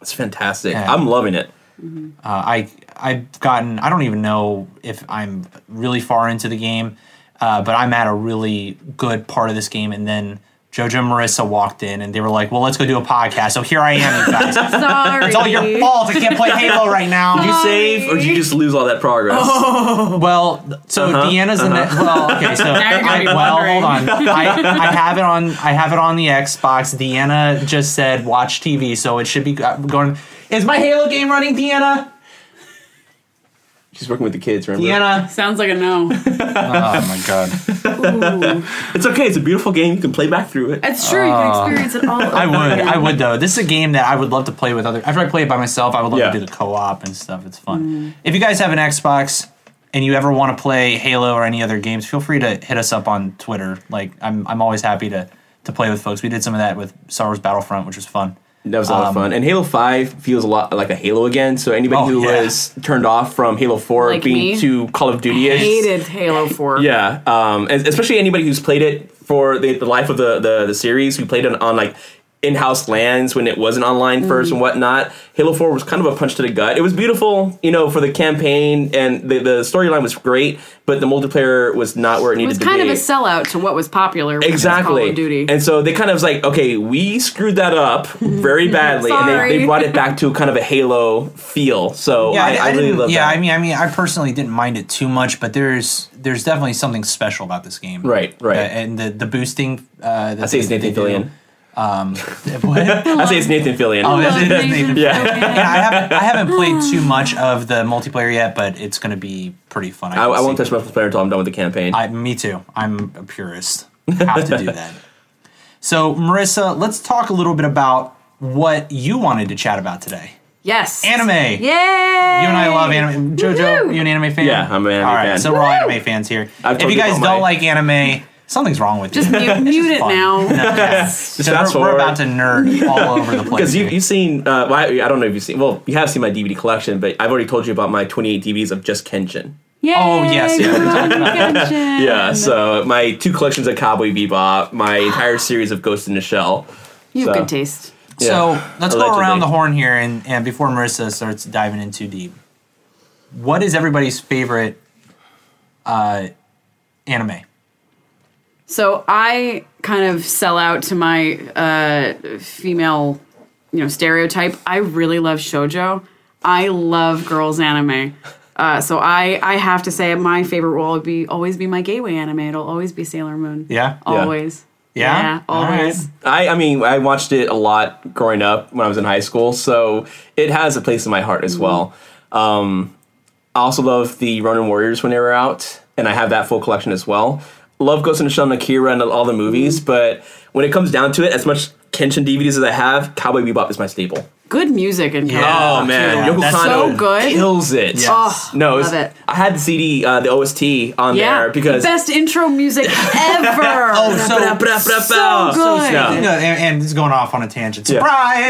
Speaker 2: It's fantastic.
Speaker 1: Yeah.
Speaker 2: I'm loving it.
Speaker 1: Uh, I I've gotten I don't even know if I'm really far into the game, uh, but I'm at a really good part of this game, and then. Jojo and Marissa walked in and they were like, "Well, let's go do a podcast." So here I am, you guys.
Speaker 3: Sorry.
Speaker 1: It's all your fault. I can't play Halo right now.
Speaker 2: Did you save, or did you just lose all that progress?
Speaker 1: Oh. Well, th- so Deanna's in the well. Okay, so
Speaker 3: you're gonna
Speaker 1: I,
Speaker 3: be
Speaker 1: well, hold on.
Speaker 3: wondering.
Speaker 1: I, I have it on. I have it on the Xbox. Deanna just said watch TV, so it should be go- going. Is my Halo game running, Deanna?
Speaker 2: She's working with the kids, remember?
Speaker 1: Deanna.
Speaker 3: Sounds like a no.
Speaker 1: Oh my god.
Speaker 2: It's okay. It's a beautiful game. You can play back through it.
Speaker 3: It's true. You can experience it all.
Speaker 1: Ah. I would. I would though. This is a game that I would love to play with other. After I play it by myself, I would love
Speaker 2: Yeah.
Speaker 1: to do the co-op and stuff. It's fun. If you guys have an Xbox and you ever want to play Halo or any other games, feel free to hit us up on Twitter. Like I'm, I'm always happy to to play with folks. We did some of that with Star Wars Battlefront, which was fun.
Speaker 2: That was a lot of fun. And Halo 5 feels a lot like a Halo again. So anybody
Speaker 1: Um, Oh,
Speaker 2: who
Speaker 1: yeah.
Speaker 2: was turned off from Halo 4
Speaker 3: Like
Speaker 2: being
Speaker 3: me.
Speaker 2: too Call of Duty ish.
Speaker 3: hated Halo Four.
Speaker 2: Yeah. Um, and especially anybody who's played it for the, the life of the, the, the series, who played it on like in house lands when it wasn't online
Speaker 3: Mm-hmm.
Speaker 2: first and whatnot. Halo 4 was kind of a punch to the gut. It was beautiful, you know, for the campaign and the, the storyline was great, but the multiplayer was not where it
Speaker 3: It
Speaker 2: needed
Speaker 3: was
Speaker 2: to
Speaker 3: kind
Speaker 2: be.
Speaker 3: of a sellout to what was popular. which was
Speaker 2: Exactly.
Speaker 3: Call of Duty.
Speaker 2: And so they kind of was like, okay, we screwed that up very badly, and they, they
Speaker 3: Sorry.
Speaker 2: brought it back to kind of a Halo feel. So I, I, really
Speaker 1: didn't-
Speaker 2: love
Speaker 1: yeah,
Speaker 2: that.
Speaker 1: I mean, I mean, I personally didn't mind it too much, but there's there's definitely something special about this game.
Speaker 2: Right, right.
Speaker 1: Uh, and the the boosting. Uh, that
Speaker 2: I say it's
Speaker 1: they-
Speaker 2: Nathan
Speaker 1: they do.
Speaker 2: Fillion.
Speaker 1: What?
Speaker 2: I say it's Nathan Fillion.
Speaker 1: Oh,
Speaker 3: Love
Speaker 1: yes, it is
Speaker 3: Nathan
Speaker 1: Nathan
Speaker 3: Fillion.
Speaker 1: yeah, I haven't I haven't played too much of the multiplayer yet, but it's going to be pretty fun.
Speaker 2: I, I
Speaker 1: can
Speaker 2: won't
Speaker 1: see.
Speaker 2: touch multiplayer until I'm done with the campaign.
Speaker 1: I, me too. I'm a purist. Have to do that. So, Marissa, let's talk a little bit about what you wanted to chat about today.
Speaker 3: Yes.
Speaker 1: Anime.
Speaker 3: Yay!
Speaker 1: You and I love anime. Jojo,
Speaker 3: Woohoo!
Speaker 1: you an anime fan?
Speaker 2: Yeah, I'm an anime
Speaker 1: All right,
Speaker 2: fan.
Speaker 1: so we're all anime fans here.
Speaker 2: I've
Speaker 1: if
Speaker 2: told
Speaker 1: you
Speaker 2: you
Speaker 1: guys
Speaker 2: about
Speaker 1: don't
Speaker 2: my-
Speaker 1: like anime, something's wrong with
Speaker 3: Just
Speaker 1: you.
Speaker 3: mute, mute it
Speaker 1: fun.
Speaker 3: now.
Speaker 2: Just
Speaker 1: So
Speaker 2: fast
Speaker 1: we're, we're
Speaker 2: forward.
Speaker 1: about to nerd all over the place.
Speaker 2: because you,
Speaker 1: here.
Speaker 2: you've seen, uh, well, I, I don't know if you've seen, well, you have seen my DVD collection, but I've already told you about my 28 DVDs of just Kenshin.
Speaker 3: Yay!
Speaker 1: Oh, yes, yeah, we
Speaker 3: we're on vacation.
Speaker 2: Yeah, so my two collections of Cowboy Bebop, my entire series of Ghost in the Shell.
Speaker 3: You have
Speaker 2: So-
Speaker 3: good taste.
Speaker 1: So
Speaker 2: Yeah.
Speaker 1: let's go
Speaker 2: Allegedly.
Speaker 1: around the horn here, and, and before Marissa starts diving in too deep, what is everybody's favorite uh, anime?
Speaker 3: So I kind of sell out to my uh, female, you know, stereotype. I really love shojo. I love girls anime. Uh, so I, I have to say my favorite will always be always be my gateway anime. It'll always be Sailor Moon.
Speaker 1: Yeah?
Speaker 3: Always.
Speaker 1: Yeah? All right.
Speaker 3: always.
Speaker 2: I, I mean, I watched it a lot growing up when I was in high school, so it has a place in my heart
Speaker 3: Mm-hmm.
Speaker 2: as well. Um, I also love the Ronin Warriors when they were out, and I have that full collection as well. Love Ghost in the Shell and Akira and all the
Speaker 3: Mm-hmm.
Speaker 2: movies, but when it comes down to it, as much Kenshin DVDs as I have, Cowboy Bebop is my staple.
Speaker 3: Good music and
Speaker 1: Yeah.
Speaker 2: Oh man,
Speaker 1: Yeah,
Speaker 2: Yoko
Speaker 1: that's
Speaker 2: Kanno
Speaker 3: so good.
Speaker 2: kills it.
Speaker 3: Oh,
Speaker 2: No, it's,
Speaker 3: love it.
Speaker 2: I had the CD, uh, the OST on
Speaker 3: Yeah,
Speaker 2: there because
Speaker 3: the best intro music ever.
Speaker 1: Oh, so-
Speaker 3: Blah, blah, blah, blah.
Speaker 2: So
Speaker 3: so good.
Speaker 2: Yeah.
Speaker 1: You know, and, and it's going off on a tangent.
Speaker 2: Yeah.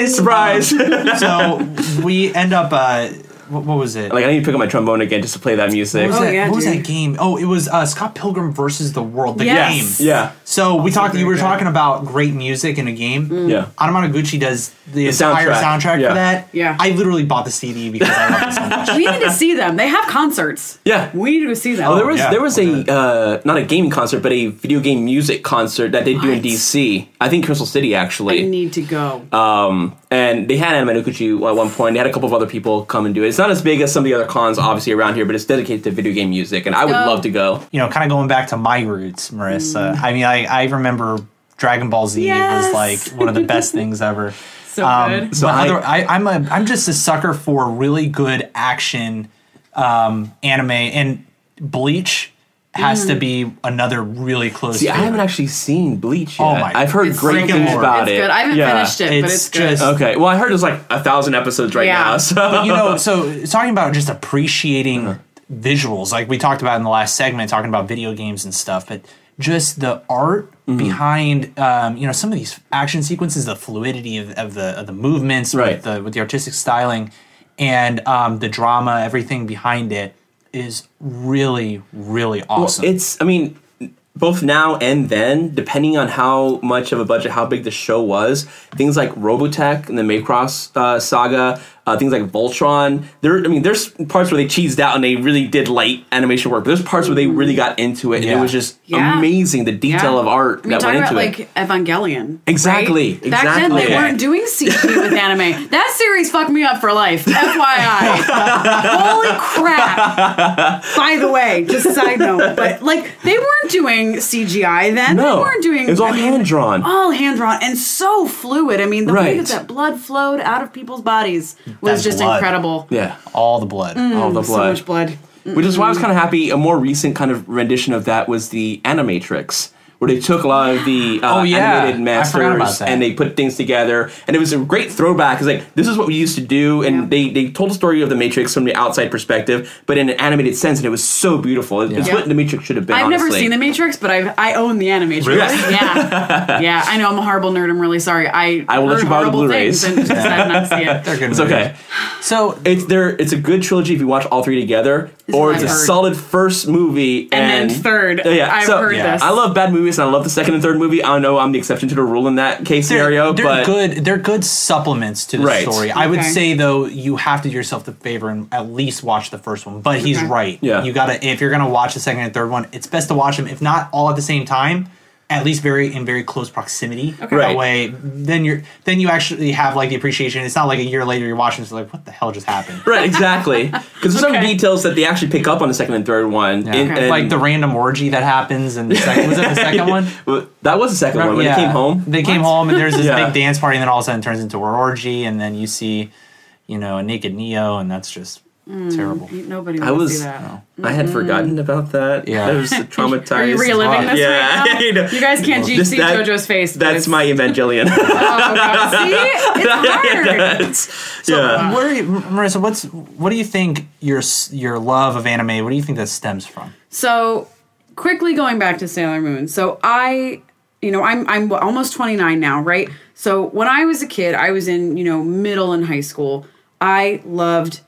Speaker 1: Surprise!
Speaker 2: surprise.
Speaker 1: so we end up. Uh, what, what was it?
Speaker 2: like I need to pick up my trombone again just to play that music.
Speaker 1: what was,
Speaker 3: Oh,
Speaker 1: that,
Speaker 3: yeah,
Speaker 1: what was
Speaker 3: dude.
Speaker 1: that game? Oh, it was uh, Scott Pilgrim versus the World. The
Speaker 3: Yes.
Speaker 1: game.
Speaker 2: Yeah.
Speaker 1: So we talked. You
Speaker 3: very
Speaker 1: were
Speaker 3: good. Mm.
Speaker 1: talking about great music in a game.
Speaker 2: Yeah.
Speaker 1: Anamanaguchi does the, entire
Speaker 2: soundtrack.
Speaker 1: soundtrack
Speaker 2: Yeah.
Speaker 1: for that.
Speaker 3: Yeah.
Speaker 1: I literally bought the CD because I love it so much.
Speaker 3: we need to see them. They have concerts.
Speaker 2: Yeah.
Speaker 3: We need to see them.
Speaker 2: Oh, there was
Speaker 1: yeah.
Speaker 2: there was a uh, not a gaming concert, but a video game music concert that they do in
Speaker 3: What?
Speaker 2: DC. I think Crystal City
Speaker 3: I
Speaker 2: actually.
Speaker 3: need to go.
Speaker 1: Uh,
Speaker 2: Um, and they had Anime Nukuchi at one point. They had a couple of other people come and do it. It's not as big as some of the other cons obviously around here, but it's dedicated to video game music, and I would
Speaker 3: go.
Speaker 2: love to go.
Speaker 1: you know, kind of going back to my roots, Marissa. I mean, I, I remember Dragon Ball Z was
Speaker 3: Mm. Yes.
Speaker 1: like one of the best things ever. Um,
Speaker 3: So good.
Speaker 1: So
Speaker 2: I-
Speaker 1: other, I, I'm a, I'm just a sucker for really good action um, anime, and Bleach has
Speaker 3: Mm.
Speaker 1: to be another really close.
Speaker 2: See, I
Speaker 1: favorite.
Speaker 2: haven't actually seen Bleach yet.
Speaker 1: Oh my-
Speaker 2: I've heard
Speaker 3: It's
Speaker 2: great
Speaker 3: so
Speaker 2: things
Speaker 1: good.
Speaker 2: about
Speaker 3: it's
Speaker 2: it.
Speaker 3: good. I haven't
Speaker 2: Yeah.
Speaker 3: finished it, but
Speaker 1: It's
Speaker 3: it's good.
Speaker 1: just-
Speaker 2: Okay, well, I heard there's like a thousand episodes right
Speaker 3: Yeah.
Speaker 2: now. So
Speaker 1: But, you know, so talking about just appreciating
Speaker 2: Uh-huh.
Speaker 1: visuals, like we talked about in the last segment, talking about video games and stuff, but just the art
Speaker 2: Mm-hmm.
Speaker 1: behind, um, you know, some of these action sequences, the fluidity of, of the of the movements,
Speaker 2: Right.
Speaker 1: With the with the artistic styling, and um, the drama, everything behind it is really, really awesome.
Speaker 2: it's, I mean, both now and then, depending on how much of a budget, how big the show was, things like Robotech and the Maycross uh, saga, uh, things like Voltron. There, I mean, there's parts where they cheesed out and they really did light animation work, but there's parts where they really got into it, and
Speaker 1: Yeah.
Speaker 2: it was just
Speaker 3: Mm. Yeah.
Speaker 2: amazing the detail
Speaker 3: Yeah.
Speaker 2: of art
Speaker 3: I mean,
Speaker 2: that went
Speaker 3: talking
Speaker 2: into
Speaker 3: about
Speaker 2: it.
Speaker 3: like Evangelion.
Speaker 2: Exactly,
Speaker 3: right? Back then
Speaker 2: exactly.
Speaker 3: they
Speaker 2: Yeah.
Speaker 3: weren't doing CG with anime. That series fucked me up for life. FYI. Holy crap. By the way, just a side note, but like they weren't doing CGI then.
Speaker 2: no,
Speaker 3: They weren't doing
Speaker 2: it was all
Speaker 3: I mean, oh,
Speaker 2: hand drawn.
Speaker 3: all hand drawn and so fluid. I mean, the
Speaker 2: Right.
Speaker 3: way that that blood flowed out of people's bodies was
Speaker 1: That
Speaker 3: just
Speaker 1: blood.
Speaker 3: incredible.
Speaker 2: yeah,
Speaker 1: All the blood.
Speaker 2: all the blood.
Speaker 3: mm, So much blood.
Speaker 2: which is why I was kind of happy. A more recent kind of rendition of that was the Animatrix, where they took a lot of the uh,
Speaker 1: Oh, yeah.
Speaker 2: animated
Speaker 1: I forgot about
Speaker 2: masters
Speaker 1: that.
Speaker 2: and they put things together, and it was a great throwback. It's like this is what we used to do, and they they told the story of the Matrix from the outside perspective, but in an animated sense, and it was so beautiful. It- It's
Speaker 3: Yeah.
Speaker 2: what the Matrix should have been.
Speaker 3: I've never
Speaker 2: honestly.
Speaker 3: seen The Matrix, but I've, I own the Animatrix.
Speaker 2: Really?
Speaker 3: Yeah. yeah, I know I'm a horrible nerd. I'm really sorry. I,
Speaker 2: I will let
Speaker 3: heard
Speaker 2: you borrow the
Speaker 3: horrible
Speaker 2: Blu-rays.
Speaker 3: things and decided not to see it.
Speaker 1: They're good
Speaker 2: It's
Speaker 1: movies.
Speaker 2: okay.
Speaker 1: So
Speaker 2: It's there. It's a good trilogy if you watch all three together, or
Speaker 3: what
Speaker 2: it's a
Speaker 3: I've heard.
Speaker 2: solid first movie
Speaker 3: And
Speaker 2: and, Oh,
Speaker 3: then third.
Speaker 2: Yeah,
Speaker 3: I've
Speaker 2: so-
Speaker 3: heard
Speaker 1: Yeah.
Speaker 3: this.
Speaker 2: I love bad movies and I love the second and third movie. I know I'm the exception to the rule in that case
Speaker 1: they're,
Speaker 2: scenario,
Speaker 1: they're
Speaker 2: but
Speaker 1: good. They're good supplements to the
Speaker 2: Right.
Speaker 1: story. I would
Speaker 3: Okay.
Speaker 1: say though, you have to do yourself the favor and at least watch the first one. But he's
Speaker 3: Okay.
Speaker 1: right.
Speaker 2: Yeah.
Speaker 1: you gotta if you're gonna watch the second and third one, it's best to watch them if not all at the same time, at least very in very close proximity. Okay.
Speaker 2: Right.
Speaker 1: That way, then you're then you actually have like the appreciation. It's not like a year later you're watching. It's like what the hell just happened?
Speaker 2: Right, exactly. Because there's some details that they actually pick up on the second and third one.
Speaker 1: Yeah.
Speaker 2: and- and-
Speaker 1: like the random orgy that happens, and the second, was it the second one?
Speaker 2: Well, that was the second one when
Speaker 1: yeah.
Speaker 2: they came home.
Speaker 1: They came home, and there's this
Speaker 2: Yeah.
Speaker 1: big dance party, and then all of a sudden it turns into an orgy, and then you see, you know, a naked Neo, and that's just
Speaker 3: Mm.
Speaker 1: terrible.
Speaker 3: Nobody
Speaker 2: I
Speaker 3: wants to
Speaker 2: was.
Speaker 3: see that.
Speaker 2: I had forgotten about that.
Speaker 1: Yeah.
Speaker 2: I was traumatized.
Speaker 3: Mm. Are you reliving this
Speaker 2: yeah.
Speaker 3: right now?
Speaker 2: I know.
Speaker 3: You guys can't
Speaker 2: This-
Speaker 3: see
Speaker 2: that-
Speaker 3: JoJo's face. but
Speaker 2: That's
Speaker 3: it's-
Speaker 2: my Evangelion.
Speaker 3: Oh, God. See? It's hard.
Speaker 2: That's- yeah.
Speaker 1: What are you, Marissa? What's what do you think your s- your love of anime? What do you think that stems from?
Speaker 3: So, quickly going back to Sailor Moon. So I, you know, I'm I'm almost 29 now, right? So when I was a kid, I was in, you know, middle and high school. I loved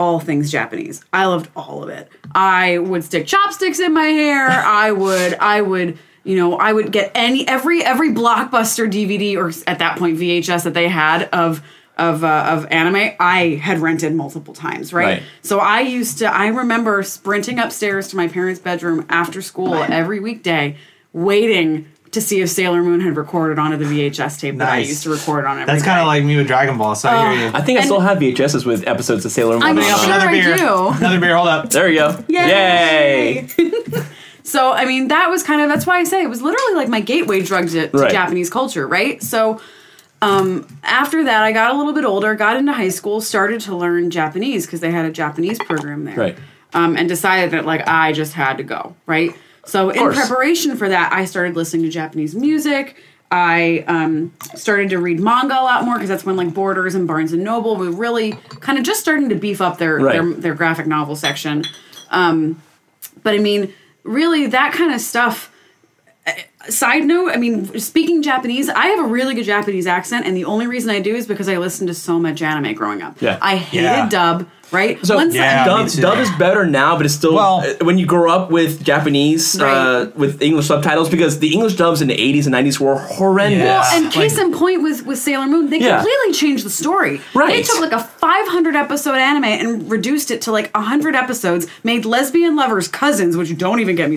Speaker 3: all things Japanese. I loved all of it. I would stick chopsticks in my hair. I would I would you know, I would get any every every blockbuster DVD or at that point VHS that they had of of uh, of anime. I had rented multiple times,
Speaker 2: Right.
Speaker 3: right? So I used to, I remember sprinting upstairs to my parents' bedroom after school every weekday, waiting to see if Sailor Moon had recorded onto the VHS tape that I
Speaker 1: Nice.
Speaker 3: used to record on every Oh.
Speaker 1: That's kind of like me with Dragon Ball. So I hear you.
Speaker 2: I think I still have VHSs with episodes of Sailor Moon.
Speaker 3: I'm
Speaker 2: on
Speaker 3: sure
Speaker 2: them.
Speaker 1: Another
Speaker 3: I
Speaker 1: beer.
Speaker 3: do.
Speaker 1: Another beer. Hold up.
Speaker 2: There we go.
Speaker 3: Yay.
Speaker 2: Yay!
Speaker 3: So, I mean, that was kind of, that's why I say it was literally like my gateway drug to, to
Speaker 2: Right.
Speaker 3: Japanese culture, right? So, um, after that, I got a little bit older, got into high school, started to learn Japanese because they had a Japanese program there.
Speaker 2: Right.
Speaker 3: Um, and decided that, like, I just had to go, right? So, in
Speaker 2: course.
Speaker 3: preparation for that, I started listening to Japanese music. I um, started to read manga a lot more because that's when, like, Borders and Barnes and Noble were really kind of just starting to beef up their,
Speaker 2: Right.
Speaker 3: their, their graphic novel section. Um, but I mean, really, that kind of stuff. uh, Side note, I mean, speaking Japanese, I have a really good Japanese accent, and the only reason I do is because I listened to so much anime growing up.
Speaker 2: Yeah.
Speaker 3: I hated
Speaker 1: Yeah.
Speaker 3: dub, right?
Speaker 2: So
Speaker 3: Once I-
Speaker 1: Yeah, me
Speaker 2: dub,
Speaker 1: too.
Speaker 2: dub is better now, but it's still
Speaker 1: Well-
Speaker 2: uh, when you grow up with Japanese uh,
Speaker 3: Right.
Speaker 2: with English subtitles because the English dubs in the eighties and nineties were horrendous.
Speaker 1: Yeah.
Speaker 3: and
Speaker 1: like-
Speaker 3: case in point with, with Sailor Moon, they
Speaker 2: Yeah.
Speaker 3: completely changed the story.
Speaker 2: Right.
Speaker 3: They took like a 500 episode anime and reduced it to like 100 episodes, made lesbian lovers cousins, which don't even get me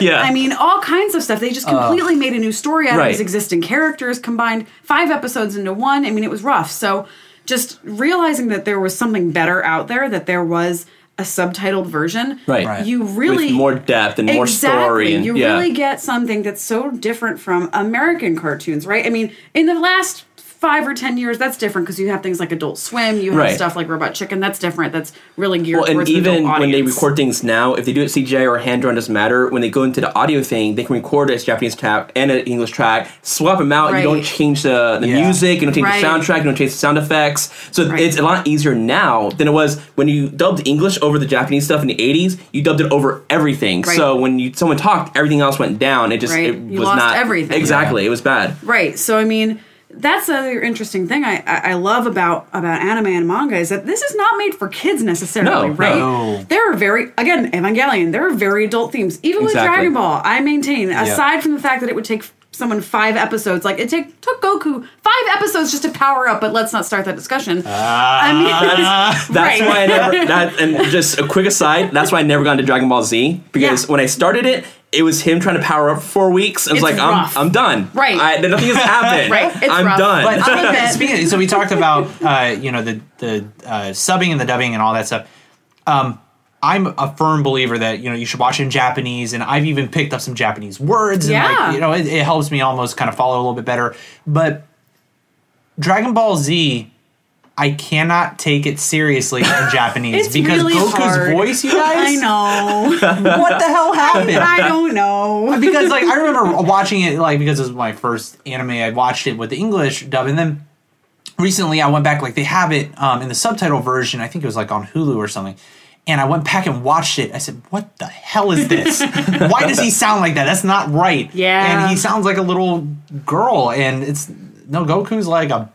Speaker 2: yeah, Uh,
Speaker 3: I mean, all kinds of stuff. They just completely made a new story out
Speaker 2: Right.
Speaker 3: of these existing characters, combined five episodes into one. I mean, it was rough. So just realizing that there was something better out there, that there was a subtitled version,
Speaker 2: Right. Right.
Speaker 3: You really
Speaker 2: with more depth and more
Speaker 3: exactly.
Speaker 2: story. And,
Speaker 3: you
Speaker 2: yeah.
Speaker 3: really get something that's so different from American cartoons, right? I mean, in the last five or ten years, that's different because you have things like Adult Swim, you have
Speaker 2: Right.
Speaker 3: stuff like Robot Chicken, that's different. That's really geared
Speaker 2: well, and
Speaker 3: towards an
Speaker 2: even
Speaker 3: adult
Speaker 2: when they
Speaker 3: audience.
Speaker 2: record things now, if they do it CGI or hand drawn, doesn't matter. When they go into the audio thing, they can record as Japanese track and an English track, swap them out. and You
Speaker 3: Right.
Speaker 2: don't change the, the
Speaker 1: Yeah.
Speaker 2: music, you don't change
Speaker 3: Right.
Speaker 2: the soundtrack, you don't change the sound effects. So it's a lot easier now than it was when you dubbed English over the Japanese stuff in the '80s. You dubbed it over everything.
Speaker 3: Right.
Speaker 2: So when you someone talked, everything else went down. It just
Speaker 3: Right.
Speaker 2: it
Speaker 3: You
Speaker 2: was
Speaker 3: lost
Speaker 2: not
Speaker 3: everything.
Speaker 2: Exactly, it was bad.
Speaker 3: Right. So I mean, that's the other interesting thing I, I, I love about about anime and manga is that this is not made for kids necessarily,
Speaker 2: No,
Speaker 3: right?
Speaker 1: no.
Speaker 3: There are very again, Evangelion, there are very adult themes. Even
Speaker 2: Exactly.
Speaker 3: with Dragon Ball, I maintain, aside from the fact that it would take someone five episodes. Like it take, took Goku five episodes just to power up. But let's not start that discussion.
Speaker 1: Uh, Ah.
Speaker 3: I mean,
Speaker 2: That's
Speaker 3: Right.
Speaker 2: why I never. That, and just a quick aside. That's why I never got into Dragon Ball Z because
Speaker 3: Yeah.
Speaker 2: when I started it, it was him trying to power up for four weeks. I was
Speaker 3: It's
Speaker 2: like,
Speaker 3: rough.
Speaker 2: I'm, I'm done.
Speaker 3: Right.
Speaker 2: I, nothing has happened.
Speaker 3: Right. It's
Speaker 2: I'm
Speaker 3: rough.
Speaker 2: done.
Speaker 3: But- I'll admit-
Speaker 1: speaking so we talked about uh, you know the the uh, subbing and the dubbing and all that stuff. Um, I'm a firm believer that you know you should watch in Japanese, and I've even picked up some Japanese words. And
Speaker 3: Yeah.
Speaker 1: like, you know it, it helps me almost kind of follow a little bit better. But Dragon Ball Z, I cannot take it seriously in Japanese
Speaker 3: It's
Speaker 1: because
Speaker 3: really
Speaker 1: Goku's
Speaker 3: hard.
Speaker 1: voice, you guys.
Speaker 3: I know.
Speaker 1: What the hell happened?
Speaker 3: I don't know.
Speaker 1: because like I remember watching it like because it was my first anime I watched it with the English dub and then recently I went back like they have it um, in the subtitle version I think it was like on Hulu or something and I went back and watched it I said what the hell is this why does he sound like that that's not right
Speaker 3: Yeah.
Speaker 1: and he sounds like a little girl and it's no Goku's like a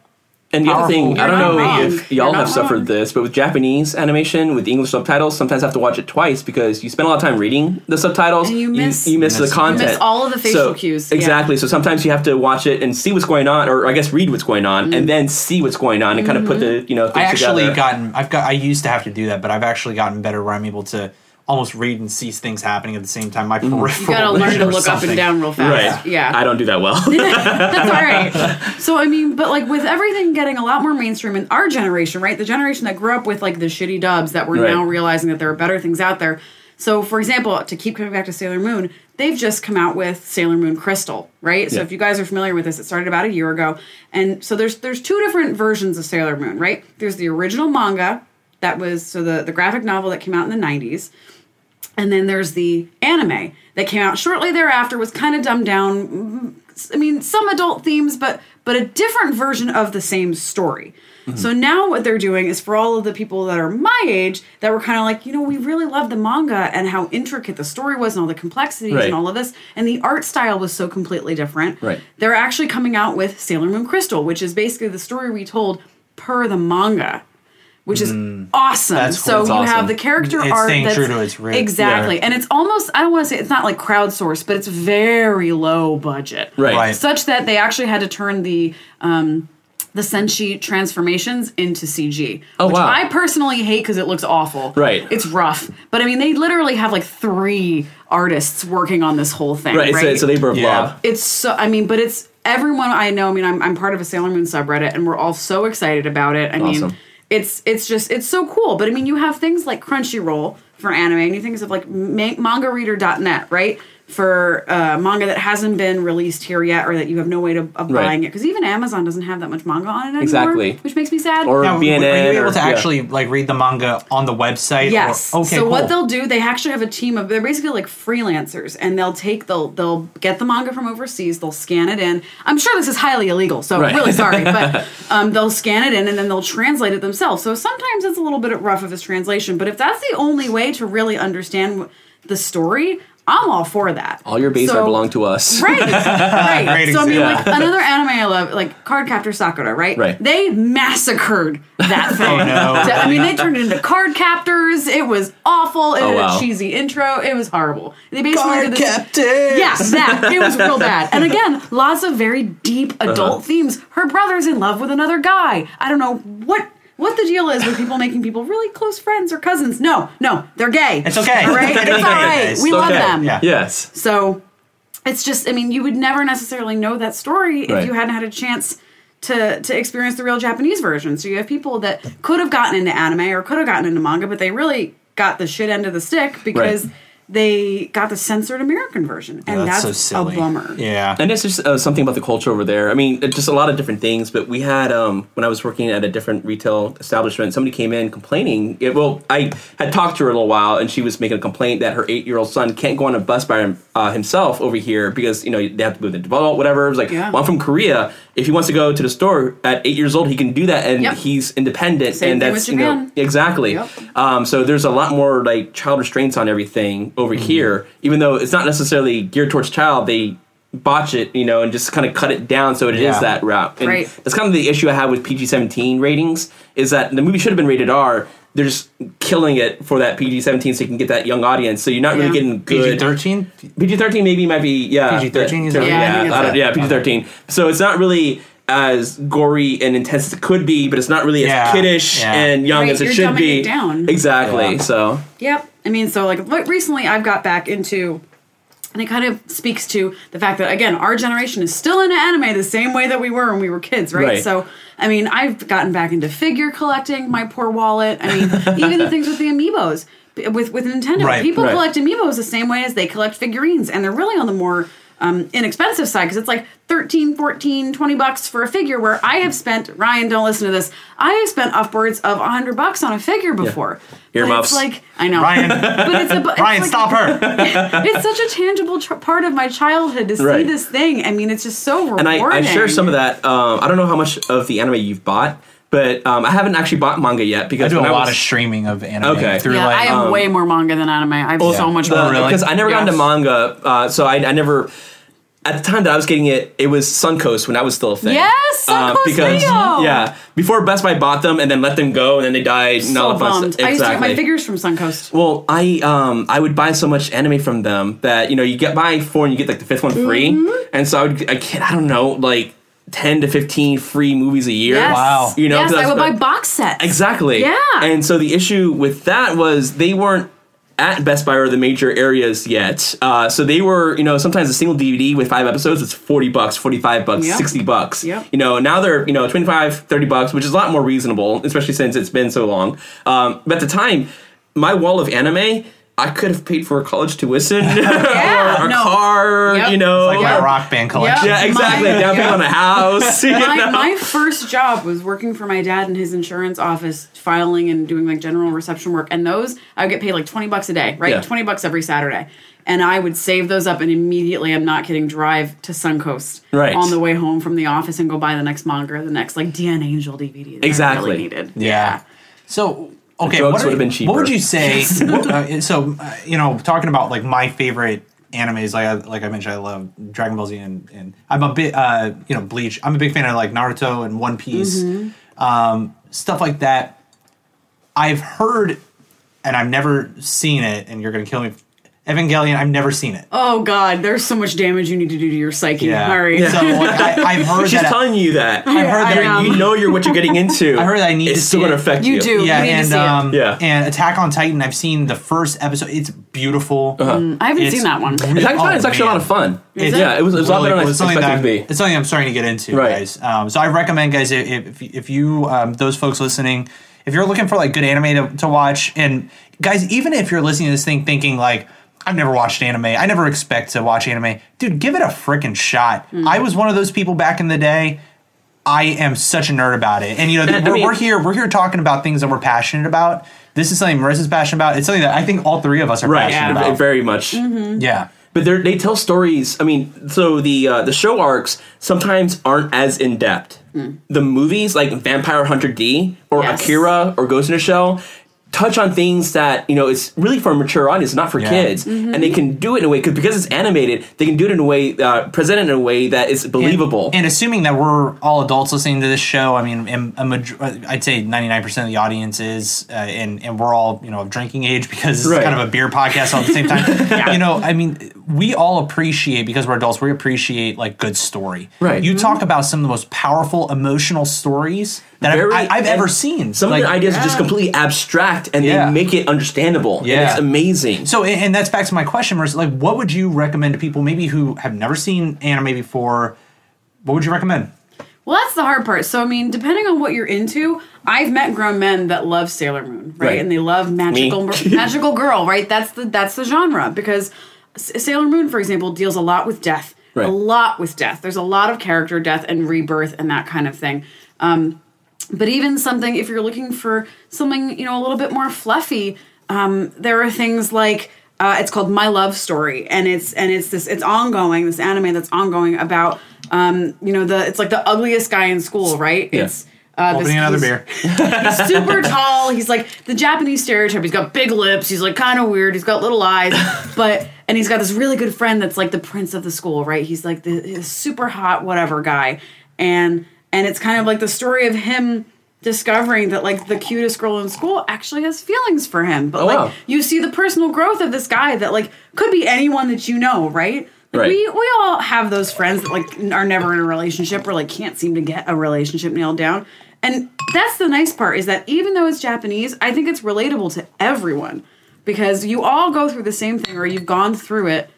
Speaker 2: And the other
Speaker 1: Powerful.
Speaker 2: thing, I
Speaker 1: You're
Speaker 2: don't
Speaker 3: not
Speaker 2: know
Speaker 3: wrong.
Speaker 2: if
Speaker 3: You're
Speaker 2: y'all
Speaker 3: not
Speaker 2: have suffered this, but with Japanese animation, with English subtitles, sometimes I have to watch it twice because you spend a lot of time reading the subtitles.
Speaker 3: And you miss-
Speaker 2: you, miss
Speaker 1: You miss-
Speaker 2: the content.
Speaker 3: miss all of the facial
Speaker 2: So-
Speaker 3: cues, yeah.
Speaker 2: Exactly. So sometimes you have to watch it and see what's going on, or I guess read what's going on,
Speaker 3: Mm.
Speaker 2: and then see what's going on and kind of put
Speaker 3: Mm-hmm.
Speaker 2: the you know things
Speaker 1: I actually
Speaker 2: together.
Speaker 1: gotten I've got I used to have to do that but I've actually gotten better where I'm able to almost read and see things happening at the same time my
Speaker 2: Mm.
Speaker 1: peripheral
Speaker 3: You gotta learn
Speaker 1: vision
Speaker 3: to
Speaker 1: or
Speaker 3: look up
Speaker 1: something.
Speaker 3: and down real fast.
Speaker 2: right.
Speaker 3: Yeah.
Speaker 2: I don't do that well.
Speaker 3: That's all right. So I mean, but like with everything getting a lot more mainstream in our generation, right? The generation that grew up with like the shitty dubs that we're
Speaker 2: Right.
Speaker 3: now realizing that there are better things out there. So for example, to keep coming back to Sailor Moon, they've just come out with Sailor Moon Crystal, right? So
Speaker 2: Yeah.
Speaker 3: if you guys are familiar with this, it started about a year ago. And so there's there's two different versions of Sailor Moon, right? There's the original manga that was so the, the graphic novel that came out in the 90s and then there's the anime that came out shortly thereafter was kind of dumbed down mm, i mean some adult themes but but a different version of the same story
Speaker 2: Mm-hmm.
Speaker 3: so now what they're doing is for all of the people that are my age that were kind of like you know we really loved the manga and how intricate the story was and all the complexities
Speaker 2: Right.
Speaker 3: and all of this and the art style was so completely different
Speaker 2: Right.
Speaker 3: they're actually coming out with sailor moon crystal which is basically the story we told per the manga which is
Speaker 2: Mm.
Speaker 3: awesome.
Speaker 1: That's cool.
Speaker 3: so
Speaker 1: That's
Speaker 3: you
Speaker 2: awesome.
Speaker 3: have the character
Speaker 1: It's
Speaker 3: art
Speaker 1: staying
Speaker 3: that's
Speaker 1: true to its roots.
Speaker 3: exactly,
Speaker 1: Yeah.
Speaker 3: and it's almost I don't want to say it's not like crowdsourced, but it's very low budget,
Speaker 2: right.
Speaker 1: Right.
Speaker 3: Such that they actually had to turn the um, the senshi transformations into CG,
Speaker 2: Oh,
Speaker 3: which
Speaker 2: wow.
Speaker 3: I personally hate because it looks awful.
Speaker 2: Right.
Speaker 3: it's rough, but I mean they literally have like three artists working on this whole thing,
Speaker 2: Right.
Speaker 3: right?
Speaker 2: It's, a, it's a labor of
Speaker 1: Yeah.
Speaker 2: love.
Speaker 3: it's so i mean but it's everyone i know i mean i'm, I'm part of a sailor moon subreddit and we're all so excited about it i
Speaker 2: Awesome.
Speaker 3: mean it's it's just it's so cool but i mean you have things like crunchyroll for anime and you think of like ma- mangareader.net right for uh, manga that hasn't been released here yet or that you have no way to, of
Speaker 2: Right.
Speaker 3: buying it because even amazon doesn't have that much manga on it anymore
Speaker 2: Exactly.
Speaker 3: which makes me sad
Speaker 2: Or
Speaker 1: Now,
Speaker 2: BNN.
Speaker 1: were you able
Speaker 2: or-
Speaker 1: to
Speaker 2: yeah.
Speaker 1: actually like read the manga on the website? or-
Speaker 3: Yes.
Speaker 1: okay.
Speaker 3: So
Speaker 1: cool.
Speaker 3: what they'll do, they actually have a team of they're basically like freelancers, and they'll take they'll they'll get the manga from overseas, they'll scan it in. I'm sure this is highly illegal, so
Speaker 2: Right.
Speaker 3: really sorry, but um, they'll scan it in and then they'll translate it themselves. So sometimes it's a little bit rough of his translation, but if that's the only way to really understand wh- the story, I'm all for that.
Speaker 2: All your base
Speaker 3: So-
Speaker 2: are belong to us.
Speaker 3: Right, right.
Speaker 1: Great
Speaker 3: so I mean,
Speaker 1: example.
Speaker 3: like another anime I love, like Cardcaptor Sakura, right?
Speaker 2: Right.
Speaker 3: They massacred that thing.
Speaker 1: Oh, no.
Speaker 3: To- I mean, they turned it into card captors. It was awful. It had
Speaker 2: Oh, wow.
Speaker 3: a cheesy intro. It was horrible. They basically did this-
Speaker 1: captain.
Speaker 3: yeah, that. It was real bad. And again, lots of very deep
Speaker 2: Uh-huh.
Speaker 3: adult themes. Her brother's in love with another guy. I don't know what what the deal is with people making people really close friends or cousins. No, no, they're gay.
Speaker 1: It's okay.
Speaker 3: All right?
Speaker 1: It's
Speaker 3: It's
Speaker 1: okay,
Speaker 3: all right.
Speaker 1: guys.
Speaker 3: We love
Speaker 2: Okay.
Speaker 3: them.
Speaker 1: Yeah.
Speaker 2: Yes.
Speaker 3: So it's just, I mean, you would never necessarily know that story
Speaker 2: Right.
Speaker 3: if you hadn't had a chance to to experience the real Japanese version. So you have people that could have gotten into anime or could have gotten into manga, but they really got the shit end of the stick because
Speaker 2: Right.
Speaker 3: they got the censored American version, and
Speaker 1: That's,
Speaker 3: that's,
Speaker 1: so silly.
Speaker 3: a bummer.
Speaker 1: Yeah.
Speaker 2: And it's just uh, something about the culture over there. I mean, it's just a lot of different things. But we had um, when I was working at a different retail establishment, somebody came in complaining. It, well, I had talked to her a little while, and she was making a complaint that her eight-year-old son can't go on a bus by him, uh, himself over here because you know they have to move the develop whatever. It was like,
Speaker 3: Yeah.
Speaker 2: well, I'm from Korea. If he wants to go to the store at eight years old, he can do that, and
Speaker 3: Yep.
Speaker 2: he's independent.
Speaker 3: Same
Speaker 2: and
Speaker 3: thing
Speaker 2: that's
Speaker 3: with
Speaker 2: you know
Speaker 3: Japan.
Speaker 2: Exactly.
Speaker 3: Yep.
Speaker 2: Um, so there's a lot more like child restraints on everything over here, even though it's not necessarily geared towards child. They botch it, you know, and just kind of cut it down so it is
Speaker 1: Yeah.
Speaker 2: that route. And
Speaker 3: Right.
Speaker 2: That's kind of the issue I have with PG-17 ratings is that the movie should have been rated R. they're just killing it for that PG seventeen so you can get that young audience. So you're not really
Speaker 3: Yeah.
Speaker 2: getting
Speaker 1: PG
Speaker 2: good
Speaker 1: thirteen.
Speaker 2: PG thirteen maybe might be yeah
Speaker 1: PG-13 is
Speaker 2: yeah
Speaker 1: that-
Speaker 3: Yeah, I think it's
Speaker 2: I don't-
Speaker 3: that.
Speaker 2: yeah PG thirteen. So it's not really as gory and intense as it could be, but it's not really as
Speaker 1: Yeah,
Speaker 2: kiddish
Speaker 1: yeah.
Speaker 2: and young
Speaker 3: Right,
Speaker 2: as it
Speaker 3: you're
Speaker 2: should
Speaker 3: dumbing
Speaker 2: be.
Speaker 3: it down.
Speaker 2: Exactly.
Speaker 1: Yeah.
Speaker 2: So
Speaker 3: Yep.
Speaker 6: I mean, so like what recently I've got back into, and it kind of speaks to the fact that again our generation is still into anime the same way that we were when we were kids, right?
Speaker 2: Right.
Speaker 6: So I mean, I've gotten back into figure collecting. My poor wallet. I mean, even the things with the amiibos b- with with Nintendo,
Speaker 1: Right,
Speaker 6: people
Speaker 2: right.
Speaker 6: collect amiibos the same way as they collect figurines, and they're really on the more um, inexpensive side because it's like 13 14 20 bucks for a figure where i have spent ryan don't listen to this i have spent upwards of 100 bucks on a figure before But it's
Speaker 2: Earmuffs.
Speaker 6: like i know
Speaker 1: Ryan,
Speaker 6: but it's a bu- it's
Speaker 1: Ryan,
Speaker 6: like-
Speaker 1: stop her.
Speaker 6: It's such a tangible tr- part of my childhood to see
Speaker 2: Right.
Speaker 6: this thing. I mean, it's just so rewarding.
Speaker 2: and I, I share some of that. Um, I don't know how much of the anime you've bought, but um, I haven't actually bought manga yet
Speaker 1: I
Speaker 2: because
Speaker 1: do a
Speaker 2: when
Speaker 1: lot
Speaker 2: was,
Speaker 1: of streaming of anime
Speaker 2: Okay.
Speaker 1: through
Speaker 3: Yeah,
Speaker 1: like
Speaker 3: I have way more manga than anime. I have so much
Speaker 2: the-
Speaker 3: more.
Speaker 1: really?
Speaker 2: Because um, I never got
Speaker 3: Yes.
Speaker 2: into manga, uh, so I, I never. At the time that I was getting it, it was Suncoast when that was still a thing.
Speaker 6: Yes,
Speaker 2: Uh,
Speaker 6: Suncoast Video!
Speaker 2: Yeah, before Best Buy bought them and then let them go, and then they died. and all
Speaker 3: so
Speaker 2: that fun
Speaker 3: bummed.
Speaker 2: stuff.
Speaker 3: I used to get my
Speaker 2: Exactly.
Speaker 3: figures from Suncoast.
Speaker 2: Well, I um I would buy so much anime from them that you know you get buy four and you get like the fifth one free,
Speaker 3: Mm-hmm.
Speaker 2: and so I would I can't I don't know like ten to fifteen free movies a year.
Speaker 6: Yes.
Speaker 1: Wow.
Speaker 2: You know,
Speaker 6: yes,
Speaker 2: 'cause
Speaker 6: I
Speaker 2: that's-
Speaker 6: would buy box sets.
Speaker 2: Exactly.
Speaker 6: Yeah.
Speaker 2: And so the issue with that was they weren't at Best Buy or the major areas yet. Uh, so they were, you know, sometimes a single DVD with five episodes, it's 40 bucks, 45 bucks,
Speaker 3: Yep.
Speaker 2: 60 bucks.
Speaker 3: Yep.
Speaker 2: You know, now they're, you know, 25, 30 bucks, which is a lot more reasonable, especially since it's been so long. Um, but at the time, my wall of anime, I could have paid for a college tuition or a
Speaker 3: no.
Speaker 2: car,
Speaker 3: Yep.
Speaker 2: you know.
Speaker 1: like my rock band collection.
Speaker 2: yeah, exactly.
Speaker 3: Mine-
Speaker 2: Down payment
Speaker 3: yeah.
Speaker 2: on a house. you know?
Speaker 3: My, my first job was working for my dad in his insurance office, filing and doing like general reception work. And those, I would get paid like 20 bucks a day, right?
Speaker 2: Yeah.
Speaker 3: 20 bucks every Saturday. And I would save those up and immediately, I'm not kidding, drive to Suncoast
Speaker 2: Right.
Speaker 3: on the way home from the office and go buy the next manga, or the next like DN Angel DVD. that I
Speaker 2: Exactly.
Speaker 3: really needed.
Speaker 1: Yeah. So okay,
Speaker 2: drugs
Speaker 1: what, are-
Speaker 2: would've been cheaper.
Speaker 1: what would you say? what, uh, so uh, you know, talking about like my favorite animes, like I, like I mentioned, I love Dragon Ball Z, and, and I'm a bit, uh, you know, Bleach. I'm a big fan of like Naruto and One Piece, um, stuff like that. I've heard, and I've never seen it, and you're gonna kill me. Evangelion, I've never seen it.
Speaker 3: Oh God, there's so much damage you need to do to your psyche.
Speaker 1: yeah.
Speaker 3: Hurry.
Speaker 1: So like, I, I've heard
Speaker 2: She's
Speaker 1: that.
Speaker 2: telling you that.
Speaker 1: I've heard that.
Speaker 2: You're- you know you're what you're getting into.
Speaker 1: Um, I heard I need
Speaker 2: it's
Speaker 1: to
Speaker 2: still
Speaker 1: see
Speaker 2: gonna
Speaker 1: it.
Speaker 2: affect you.
Speaker 3: You do.
Speaker 1: yeah,
Speaker 3: you need to
Speaker 1: and
Speaker 3: see it.
Speaker 1: um,
Speaker 2: Yeah.
Speaker 1: and Attack on Titan. I've seen the first episode. It's beautiful.
Speaker 3: Mm, I haven't
Speaker 1: It's
Speaker 3: seen that one.
Speaker 1: really-
Speaker 2: Uh-huh. Attack on Titan is
Speaker 1: oh,
Speaker 2: actually a lot
Speaker 1: man.
Speaker 2: of fun.
Speaker 1: Is
Speaker 2: yeah,
Speaker 1: it?
Speaker 2: it was, it was a lot
Speaker 1: Really
Speaker 2: better than
Speaker 1: cool.
Speaker 2: I
Speaker 1: It's something
Speaker 2: expected
Speaker 1: that
Speaker 2: it to be.
Speaker 1: It's something I'm starting to get into,
Speaker 2: Right.
Speaker 1: guys. Um, so I recommend, guys, if if- if you um, those folks listening, if you're looking for like good anime to, to watch, and guys, even if you're listening to this thing thinking like. I've never watched anime. I never expect to watch anime. Dude, give it a freaking shot. I was one of those people back in the day. I am such a nerd about it. And you know,
Speaker 2: And, I
Speaker 1: we're,
Speaker 2: mean-
Speaker 1: we're here we're here talking about things that we're passionate about. This is something Marissa's passionate about. It's something that I think all three of us are
Speaker 2: Right,
Speaker 1: passionate
Speaker 2: v-
Speaker 1: about.
Speaker 2: very much.
Speaker 1: yeah.
Speaker 2: But they they tell stories. I mean, so the uh, the show arcs sometimes aren't as in depth. The movies like Vampire Hunter D or
Speaker 3: Yes.
Speaker 2: Akira or Ghost in a Shell touch on things that you know it's really for a mature audience, not for
Speaker 1: Yeah.
Speaker 2: kids, and they can do it in a way cause, because it's animated. They can do it in a way uh, present it in a way that is believable.
Speaker 1: And assuming that we're all adults listening to this show, I mean, and a maj- I'd say 99% of the audience is, uh, and, and we're all, you know, of drinking age because
Speaker 2: Right.
Speaker 1: it's kind of a beer podcast all at the same time. You know, I mean, we all appreciate, because we're adults, we appreciate like good story.
Speaker 2: Right. Mm-hmm.
Speaker 1: You talk about some of the most powerful emotional stories that I've,
Speaker 2: Very-
Speaker 1: I, I've
Speaker 2: and
Speaker 1: ever seen.
Speaker 2: Some
Speaker 1: Like,
Speaker 2: of the ideas are just completely abstract, and
Speaker 1: Yeah.
Speaker 2: they make it understandable. and
Speaker 1: Yeah.
Speaker 2: it's amazing.
Speaker 1: So, and and that's back to my question, Marissa. Like, what would you recommend to people maybe who have never seen anime before? What would you recommend?
Speaker 3: Well, that's the hard part. So, I mean, depending on what you're into, I've met grown men that love Sailor Moon, right?
Speaker 2: Right.
Speaker 3: And they love magical magical girl, right? That's the that's the genre because S- Sailor Moon, for example, deals a lot with death,
Speaker 2: Right.
Speaker 3: a lot with death. There's a lot of character death and rebirth and that kind of thing. Um, but even something if you're looking for something you know a little bit more fluffy um, there are things like uh, it's called my love story and it's and it's this it's ongoing this anime that's ongoing about um, you know the it's like the ugliest guy in school right
Speaker 2: Yeah.
Speaker 3: it's uh,
Speaker 1: Opening another beer.
Speaker 3: He's super tall. He's like the Japanese stereotype. He's got big lips. He's like kind of weird. He's got little eyes, but and he's got this really good friend that's like the prince of the school, right? He's like the, he's super hot whatever guy, and and it's kind of like the story of him discovering that like the cutest girl in school actually has feelings for him. But
Speaker 2: Oh,
Speaker 3: like
Speaker 2: wow.
Speaker 3: you see the personal growth of this guy that like could be anyone that you know, right? Like,
Speaker 2: Right.
Speaker 3: We we all have those friends that like are never in a relationship or like can't seem to get a relationship nailed down. And that's the nice part is that even though it's Japanese, I think it's relatable to everyone because you all go through the same thing or you've gone through it,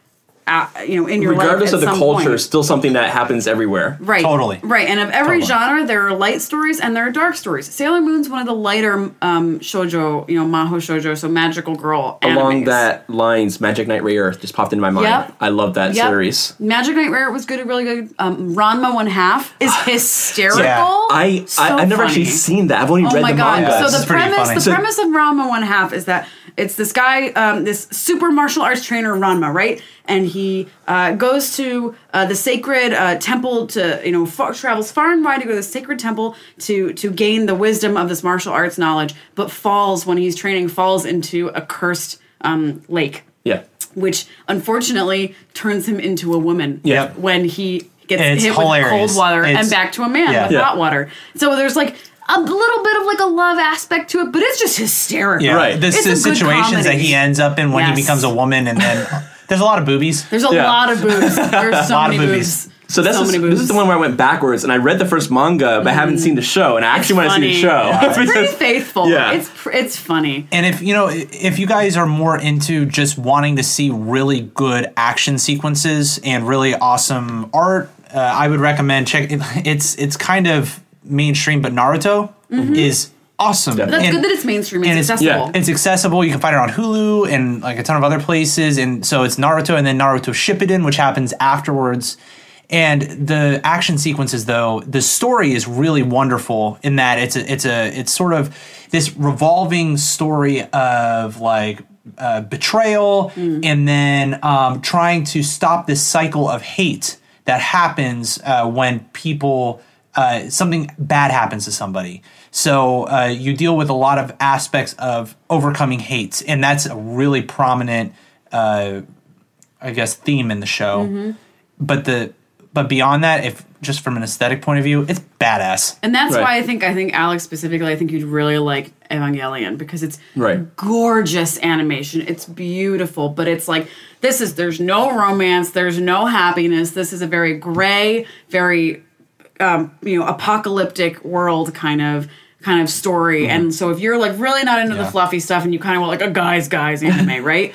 Speaker 3: at, you know, in your
Speaker 2: Regardless
Speaker 3: life
Speaker 2: of
Speaker 3: at
Speaker 2: the
Speaker 3: some
Speaker 2: culture,
Speaker 3: point.
Speaker 2: it's still something that happens everywhere.
Speaker 3: Right.
Speaker 1: Totally.
Speaker 3: Right. And of every
Speaker 1: Totally.
Speaker 3: genre, there are light stories and there are dark stories. Sailor Moon's one of the lighter um, shoujo, you know, maho shoujo, so magical girl.
Speaker 2: Along
Speaker 3: animes.
Speaker 2: that lines, Magic Knight Ray Earth just popped into my mind.
Speaker 3: Yep.
Speaker 2: I love that
Speaker 3: Yep.
Speaker 2: series.
Speaker 3: Magic Knight Rare was good, really good. Um, Ranma One Half is hysterical.
Speaker 1: Yeah.
Speaker 2: Ah. I,
Speaker 3: So
Speaker 2: I I've never
Speaker 3: funny.
Speaker 2: actually seen that. I've only
Speaker 3: Oh
Speaker 2: read
Speaker 3: my
Speaker 2: the
Speaker 3: god!
Speaker 2: manga.
Speaker 3: So
Speaker 1: It's
Speaker 3: the
Speaker 1: pretty
Speaker 3: premise,
Speaker 1: funny.
Speaker 3: the
Speaker 1: So-
Speaker 3: premise of Ranma One Half is that it's this guy, um, this super martial arts trainer Ranma, right? And he uh, goes to uh, the sacred uh, temple to you know far, travels far and wide to go to the sacred temple to to gain the wisdom of this martial arts knowledge, but falls when he's training, falls into a cursed um, lake,
Speaker 2: yeah,
Speaker 3: which unfortunately turns him into a woman.
Speaker 1: Yep.
Speaker 3: When he gets
Speaker 1: And it's
Speaker 3: hit with
Speaker 1: hilarious.
Speaker 3: cold water
Speaker 1: It's-
Speaker 3: and back to a man
Speaker 1: yeah.
Speaker 3: with
Speaker 1: Yeah.
Speaker 3: hot water. So there's like a little bit of like a love aspect to it, but it's just hysterical.
Speaker 1: Yeah,
Speaker 2: Right.
Speaker 1: The,
Speaker 3: It's
Speaker 1: the
Speaker 3: a good
Speaker 1: situations that
Speaker 3: comedy.
Speaker 1: he ends up in when
Speaker 3: Yes.
Speaker 1: he becomes a woman, and then there's a lot of boobies.
Speaker 3: There's a
Speaker 2: Yeah.
Speaker 3: lot of boobs. There's so
Speaker 1: Lot of
Speaker 3: many
Speaker 1: boobies.
Speaker 3: boobs.
Speaker 2: So this
Speaker 3: so
Speaker 2: is
Speaker 3: many
Speaker 2: this is
Speaker 3: boobs.
Speaker 2: the one where I went backwards and I read the first manga, but I haven't seen the show, and I actually want to see the
Speaker 3: funny.
Speaker 2: show.
Speaker 3: Yeah. It's pretty
Speaker 2: Because-
Speaker 3: faithful.
Speaker 2: Yeah.
Speaker 3: It's pr- it's funny.
Speaker 1: And if you know, i- if you guys are more into just wanting to see really good action sequences and really awesome art, uh, I would recommend check. It, it's it's kind of mainstream, but Naruto is awesome.
Speaker 2: That's
Speaker 3: That's
Speaker 1: And-
Speaker 3: Mm-hmm. good that it's mainstream. It's
Speaker 1: and it's-
Speaker 3: accessible.
Speaker 2: yeah,
Speaker 1: it's accessible. You can find it on Hulu and like a ton of other places. And so it's Naruto and then Naruto Shippuden, which happens afterwards. And the action sequences, though, the story is really wonderful in that it's a, it's a it's sort of this revolving story of like uh, betrayal and then um, trying to stop this cycle of hate that happens uh, when people uh, something bad happens to somebody. So uh, you deal with a lot of aspects of overcoming hate, and that's a really prominent, uh, I guess, theme in the show. But the but beyond that, if just from an aesthetic point of view, it's badass.
Speaker 3: And that's
Speaker 2: Right.
Speaker 3: why I think I think Alex specifically, I think you'd really like Evangelion because it's
Speaker 2: Right.
Speaker 3: gorgeous animation. It's beautiful, but it's like this is there's no romance, there's no happiness. This is a very gray, very um, you know, apocalyptic world kind of kind of story.
Speaker 2: Mm-hmm.
Speaker 3: And so if you're like really not into
Speaker 1: Yeah.
Speaker 3: the fluffy stuff and you kind of want like a guys guys anime, right?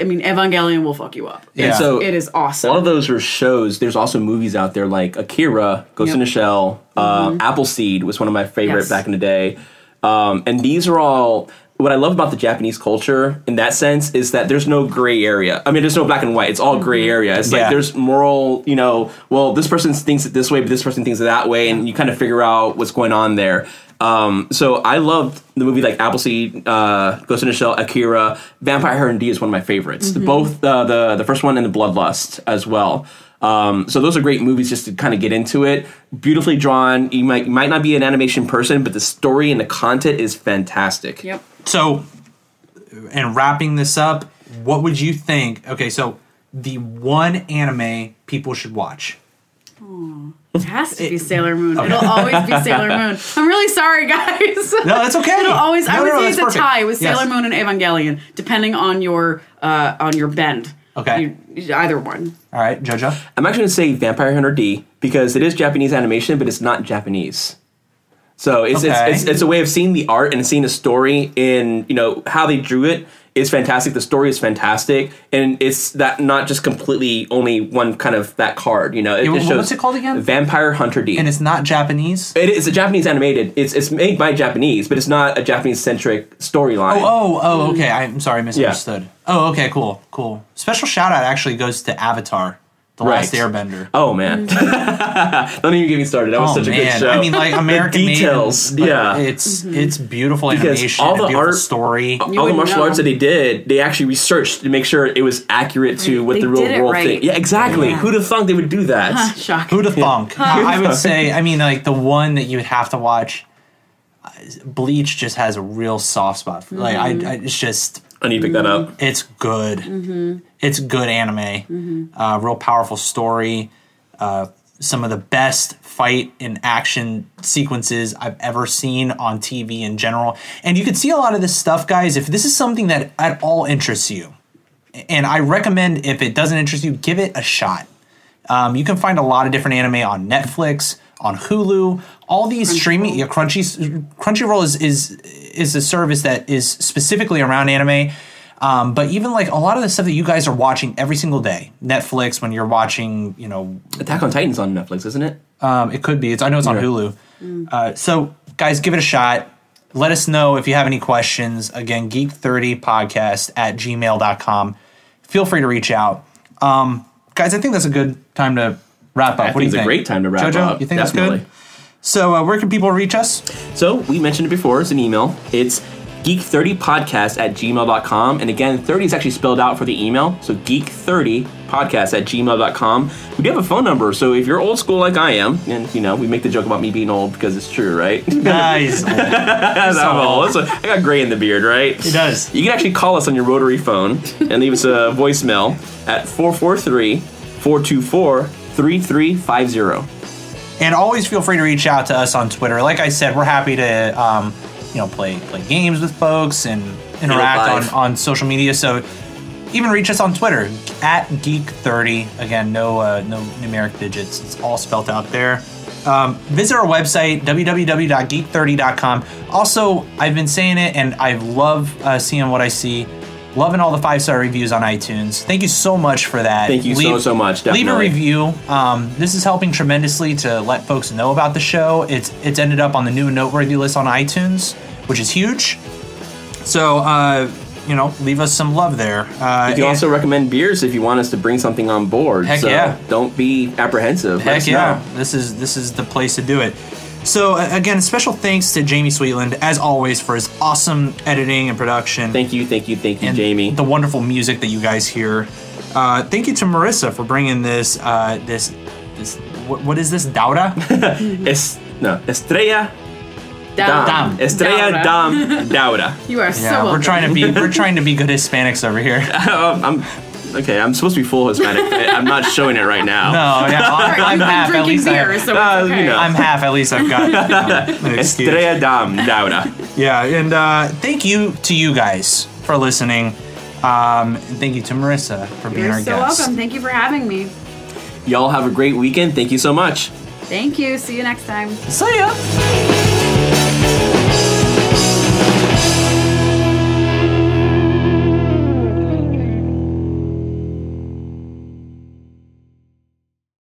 Speaker 3: I mean, Evangelion will fuck you up.
Speaker 1: Yeah.
Speaker 2: And so
Speaker 3: It is
Speaker 2: A lot
Speaker 3: awesome.
Speaker 2: of those are shows. There's also movies out there like Akira, Ghost in the
Speaker 3: Yep. Mm-hmm.
Speaker 2: Shell, uh, Appleseed was one of my favorite
Speaker 3: Yes.
Speaker 2: back in the day. Um, and these are all what I love about the Japanese culture in that sense is that there's no gray area. I mean, there's no black and white. It's all
Speaker 3: Mm-hmm.
Speaker 2: gray area. It's
Speaker 1: Yeah.
Speaker 2: like there's moral, you know, well, this person thinks it this way, but this person thinks it that way, and you kind of figure out what's going on there. Um, so I loved the movie like Appleseed, uh, Ghost in the Shell, Akira, Vampire Hunter D is one of my favorites. Both uh, the the first one and the Bloodlust as well. Um, so those are great movies just to kind of get into it. Beautifully drawn. You might might not be an animation person, but the story and the content is fantastic.
Speaker 3: Yep.
Speaker 1: So, and wrapping this up, what would you think? Okay, so the one anime people should watch.
Speaker 3: It has to be Sailor Moon. It'll always be Sailor Moon. I'm really sorry, guys.
Speaker 1: No, that's okay.
Speaker 3: It'll always. I
Speaker 1: No,
Speaker 3: would
Speaker 1: no, no,
Speaker 3: say
Speaker 1: that's
Speaker 3: it's a
Speaker 1: perfect.
Speaker 3: tie with
Speaker 1: Yes.
Speaker 3: Sailor Moon and Evangelion, depending on your uh, on your bend.
Speaker 1: Okay.
Speaker 3: You- either one.
Speaker 1: All right, JoJo.
Speaker 2: I'm actually going to say Vampire Hunter D because it is Japanese animation, but it's not Japanese. So it's,
Speaker 1: Okay.
Speaker 2: it's, it's it's a way of seeing the art and seeing the story in you know how they drew it is fantastic. The story is fantastic, and it's that not just completely only one kind of that card. You know, it,
Speaker 1: Yeah,
Speaker 2: it
Speaker 1: wh-
Speaker 2: shows
Speaker 1: what's it called again?
Speaker 2: Vampire Hunter D.
Speaker 1: And it's not Japanese.
Speaker 2: It is a Japanese animated. It's it's made by Japanese, but it's not a Japanese centric storyline.
Speaker 1: Oh, oh, okay. I'm sorry, I misunderstood. Oh, okay, cool, cool. Special shout out actually goes to Avatar, The
Speaker 2: Right.
Speaker 1: Last Airbender.
Speaker 2: Oh, man! Don't even get me started. That was
Speaker 1: Oh,
Speaker 2: such a good show.
Speaker 1: I mean, like American Made,
Speaker 2: details,
Speaker 1: like,
Speaker 2: yeah.
Speaker 1: it's it's beautiful
Speaker 2: Because
Speaker 1: animation,
Speaker 2: all
Speaker 1: and
Speaker 2: the
Speaker 1: beautiful
Speaker 2: art-
Speaker 1: story.
Speaker 2: all the
Speaker 3: wouldn't
Speaker 2: martial
Speaker 3: know.
Speaker 2: arts that they did, they actually researched to make sure it was accurate to what
Speaker 3: They
Speaker 2: the real
Speaker 3: did it
Speaker 2: world
Speaker 3: right.
Speaker 2: thing. Yeah, exactly.
Speaker 3: Yeah.
Speaker 2: Who'd have thought they would do that?
Speaker 3: Shocking.
Speaker 1: Who to thunk? I I would say, I mean, like the one that you would have to watch. uh, Bleach just has a real soft spot. For, like I, I, it's just
Speaker 2: I need to pick that up.
Speaker 1: it's good. It's good anime. Uh, real powerful story. Uh, some of the best fight and action sequences I've ever seen on TV in general. And you can see a lot of this stuff, guys. If this is something that at all interests you, and I recommend if it doesn't interest you, give it a shot. Um, you can find a lot of different anime on Netflix, on Hulu, all these streaming. Yeah, Crunchy Crunchyroll is is is a service that is specifically around anime. Um, but even like a lot of the stuff that you guys are watching every single day, Netflix when you're watching, you know,
Speaker 2: Attack on Titan's on Netflix, isn't it?
Speaker 1: um, it could be. It's I know it's on
Speaker 2: Yeah.
Speaker 1: Hulu. Uh, so guys, give it a shot. Let us know if you have any questions. Again, geek30podcast at gmail.com. Feel free to reach out. Um, guys, I think that's a good time to wrap up.
Speaker 2: I
Speaker 1: what do
Speaker 2: think
Speaker 1: you
Speaker 2: it's
Speaker 1: think?
Speaker 2: a great time to wrap
Speaker 1: Jojo,
Speaker 2: up.
Speaker 1: You think
Speaker 2: definitely.
Speaker 1: that's good? So uh, where can people reach us?
Speaker 2: So we mentioned it before. It's an email. It's geek30podcast at gmail.com. And again, 30 is actually spelled out for the email. So geek30podcast at gmail.com. We do have a phone number. So if you're old school like I am, and you know, we make the joke about me being old because it's true, right?
Speaker 1: Guys,
Speaker 2: That's how I'm old. That's what- I got gray in the beard, right? It
Speaker 1: does.
Speaker 2: You can actually call us on your rotary phone and leave us a voicemail at 443 424 3350.
Speaker 1: and always feel free to reach out to us on Twitter. Like I said, we're happy to um, you know play play games with folks and interact
Speaker 2: live.
Speaker 1: on, on social media. So even reach us on Twitter at Geek30. Again, no uh, no numeric digits. It's all spelt out there. Um, visit our website www.geek30.com. Also, I've been saying it, and I love uh, seeing what I see. Loving all the five star reviews on iTunes. Thank you so much for that.
Speaker 2: Thank you so, so much,
Speaker 1: Leave a
Speaker 2: definitely.
Speaker 1: review you. Um, this is helping tremendously to let folks know about the show. It's it's ended up on the new noteworthy list on iTunes, which is huge. So uh, you know, leave us some love there. Uh,
Speaker 2: You can
Speaker 1: and-
Speaker 2: also recommend beers if you want us to bring something on board.
Speaker 1: Heck
Speaker 2: so
Speaker 1: yeah.
Speaker 2: Don't be apprehensive. Let
Speaker 1: Heck
Speaker 2: us
Speaker 1: yeah,
Speaker 2: know.
Speaker 1: this is this is the place to do it. So uh, again, special thanks to Jamie Sweetland as always for his awesome editing and production.
Speaker 2: Thank you, thank you, thank you,
Speaker 1: and
Speaker 2: Jamie.
Speaker 1: The wonderful music that you guys hear. Uh, thank you to Marissa for bringing this uh, this this what, what is this Dauda?
Speaker 2: es- no, Estrella Dam.
Speaker 3: Down.
Speaker 1: Dam.
Speaker 2: Estrella Dam Daura.
Speaker 3: You are so
Speaker 1: Yeah, we're
Speaker 3: welcome.
Speaker 1: trying to be we're trying to be good Hispanics over here. No,
Speaker 2: Um, I'm okay. I'm supposed to be full Hispanic. but I'm not showing it right now.
Speaker 1: Oh, yeah,
Speaker 3: All right,
Speaker 1: I'm, I'm
Speaker 3: you've been
Speaker 1: half at
Speaker 3: drinking
Speaker 1: least.
Speaker 3: beer,
Speaker 1: I,
Speaker 3: so
Speaker 2: Uh,
Speaker 3: it's
Speaker 2: you
Speaker 3: okay.
Speaker 2: know.
Speaker 1: I'm half at least. I've got you know, an excuse.
Speaker 2: Estrella Dam Daura.
Speaker 1: Yeah, and uh, thank you to you guys for listening. Um, and thank you to Marissa for being
Speaker 6: You're
Speaker 1: our
Speaker 6: so
Speaker 1: guest.
Speaker 6: welcome. Thank you for having me.
Speaker 2: Y'all have a great weekend. Thank you so much.
Speaker 6: Thank you. See you next time.
Speaker 1: See ya.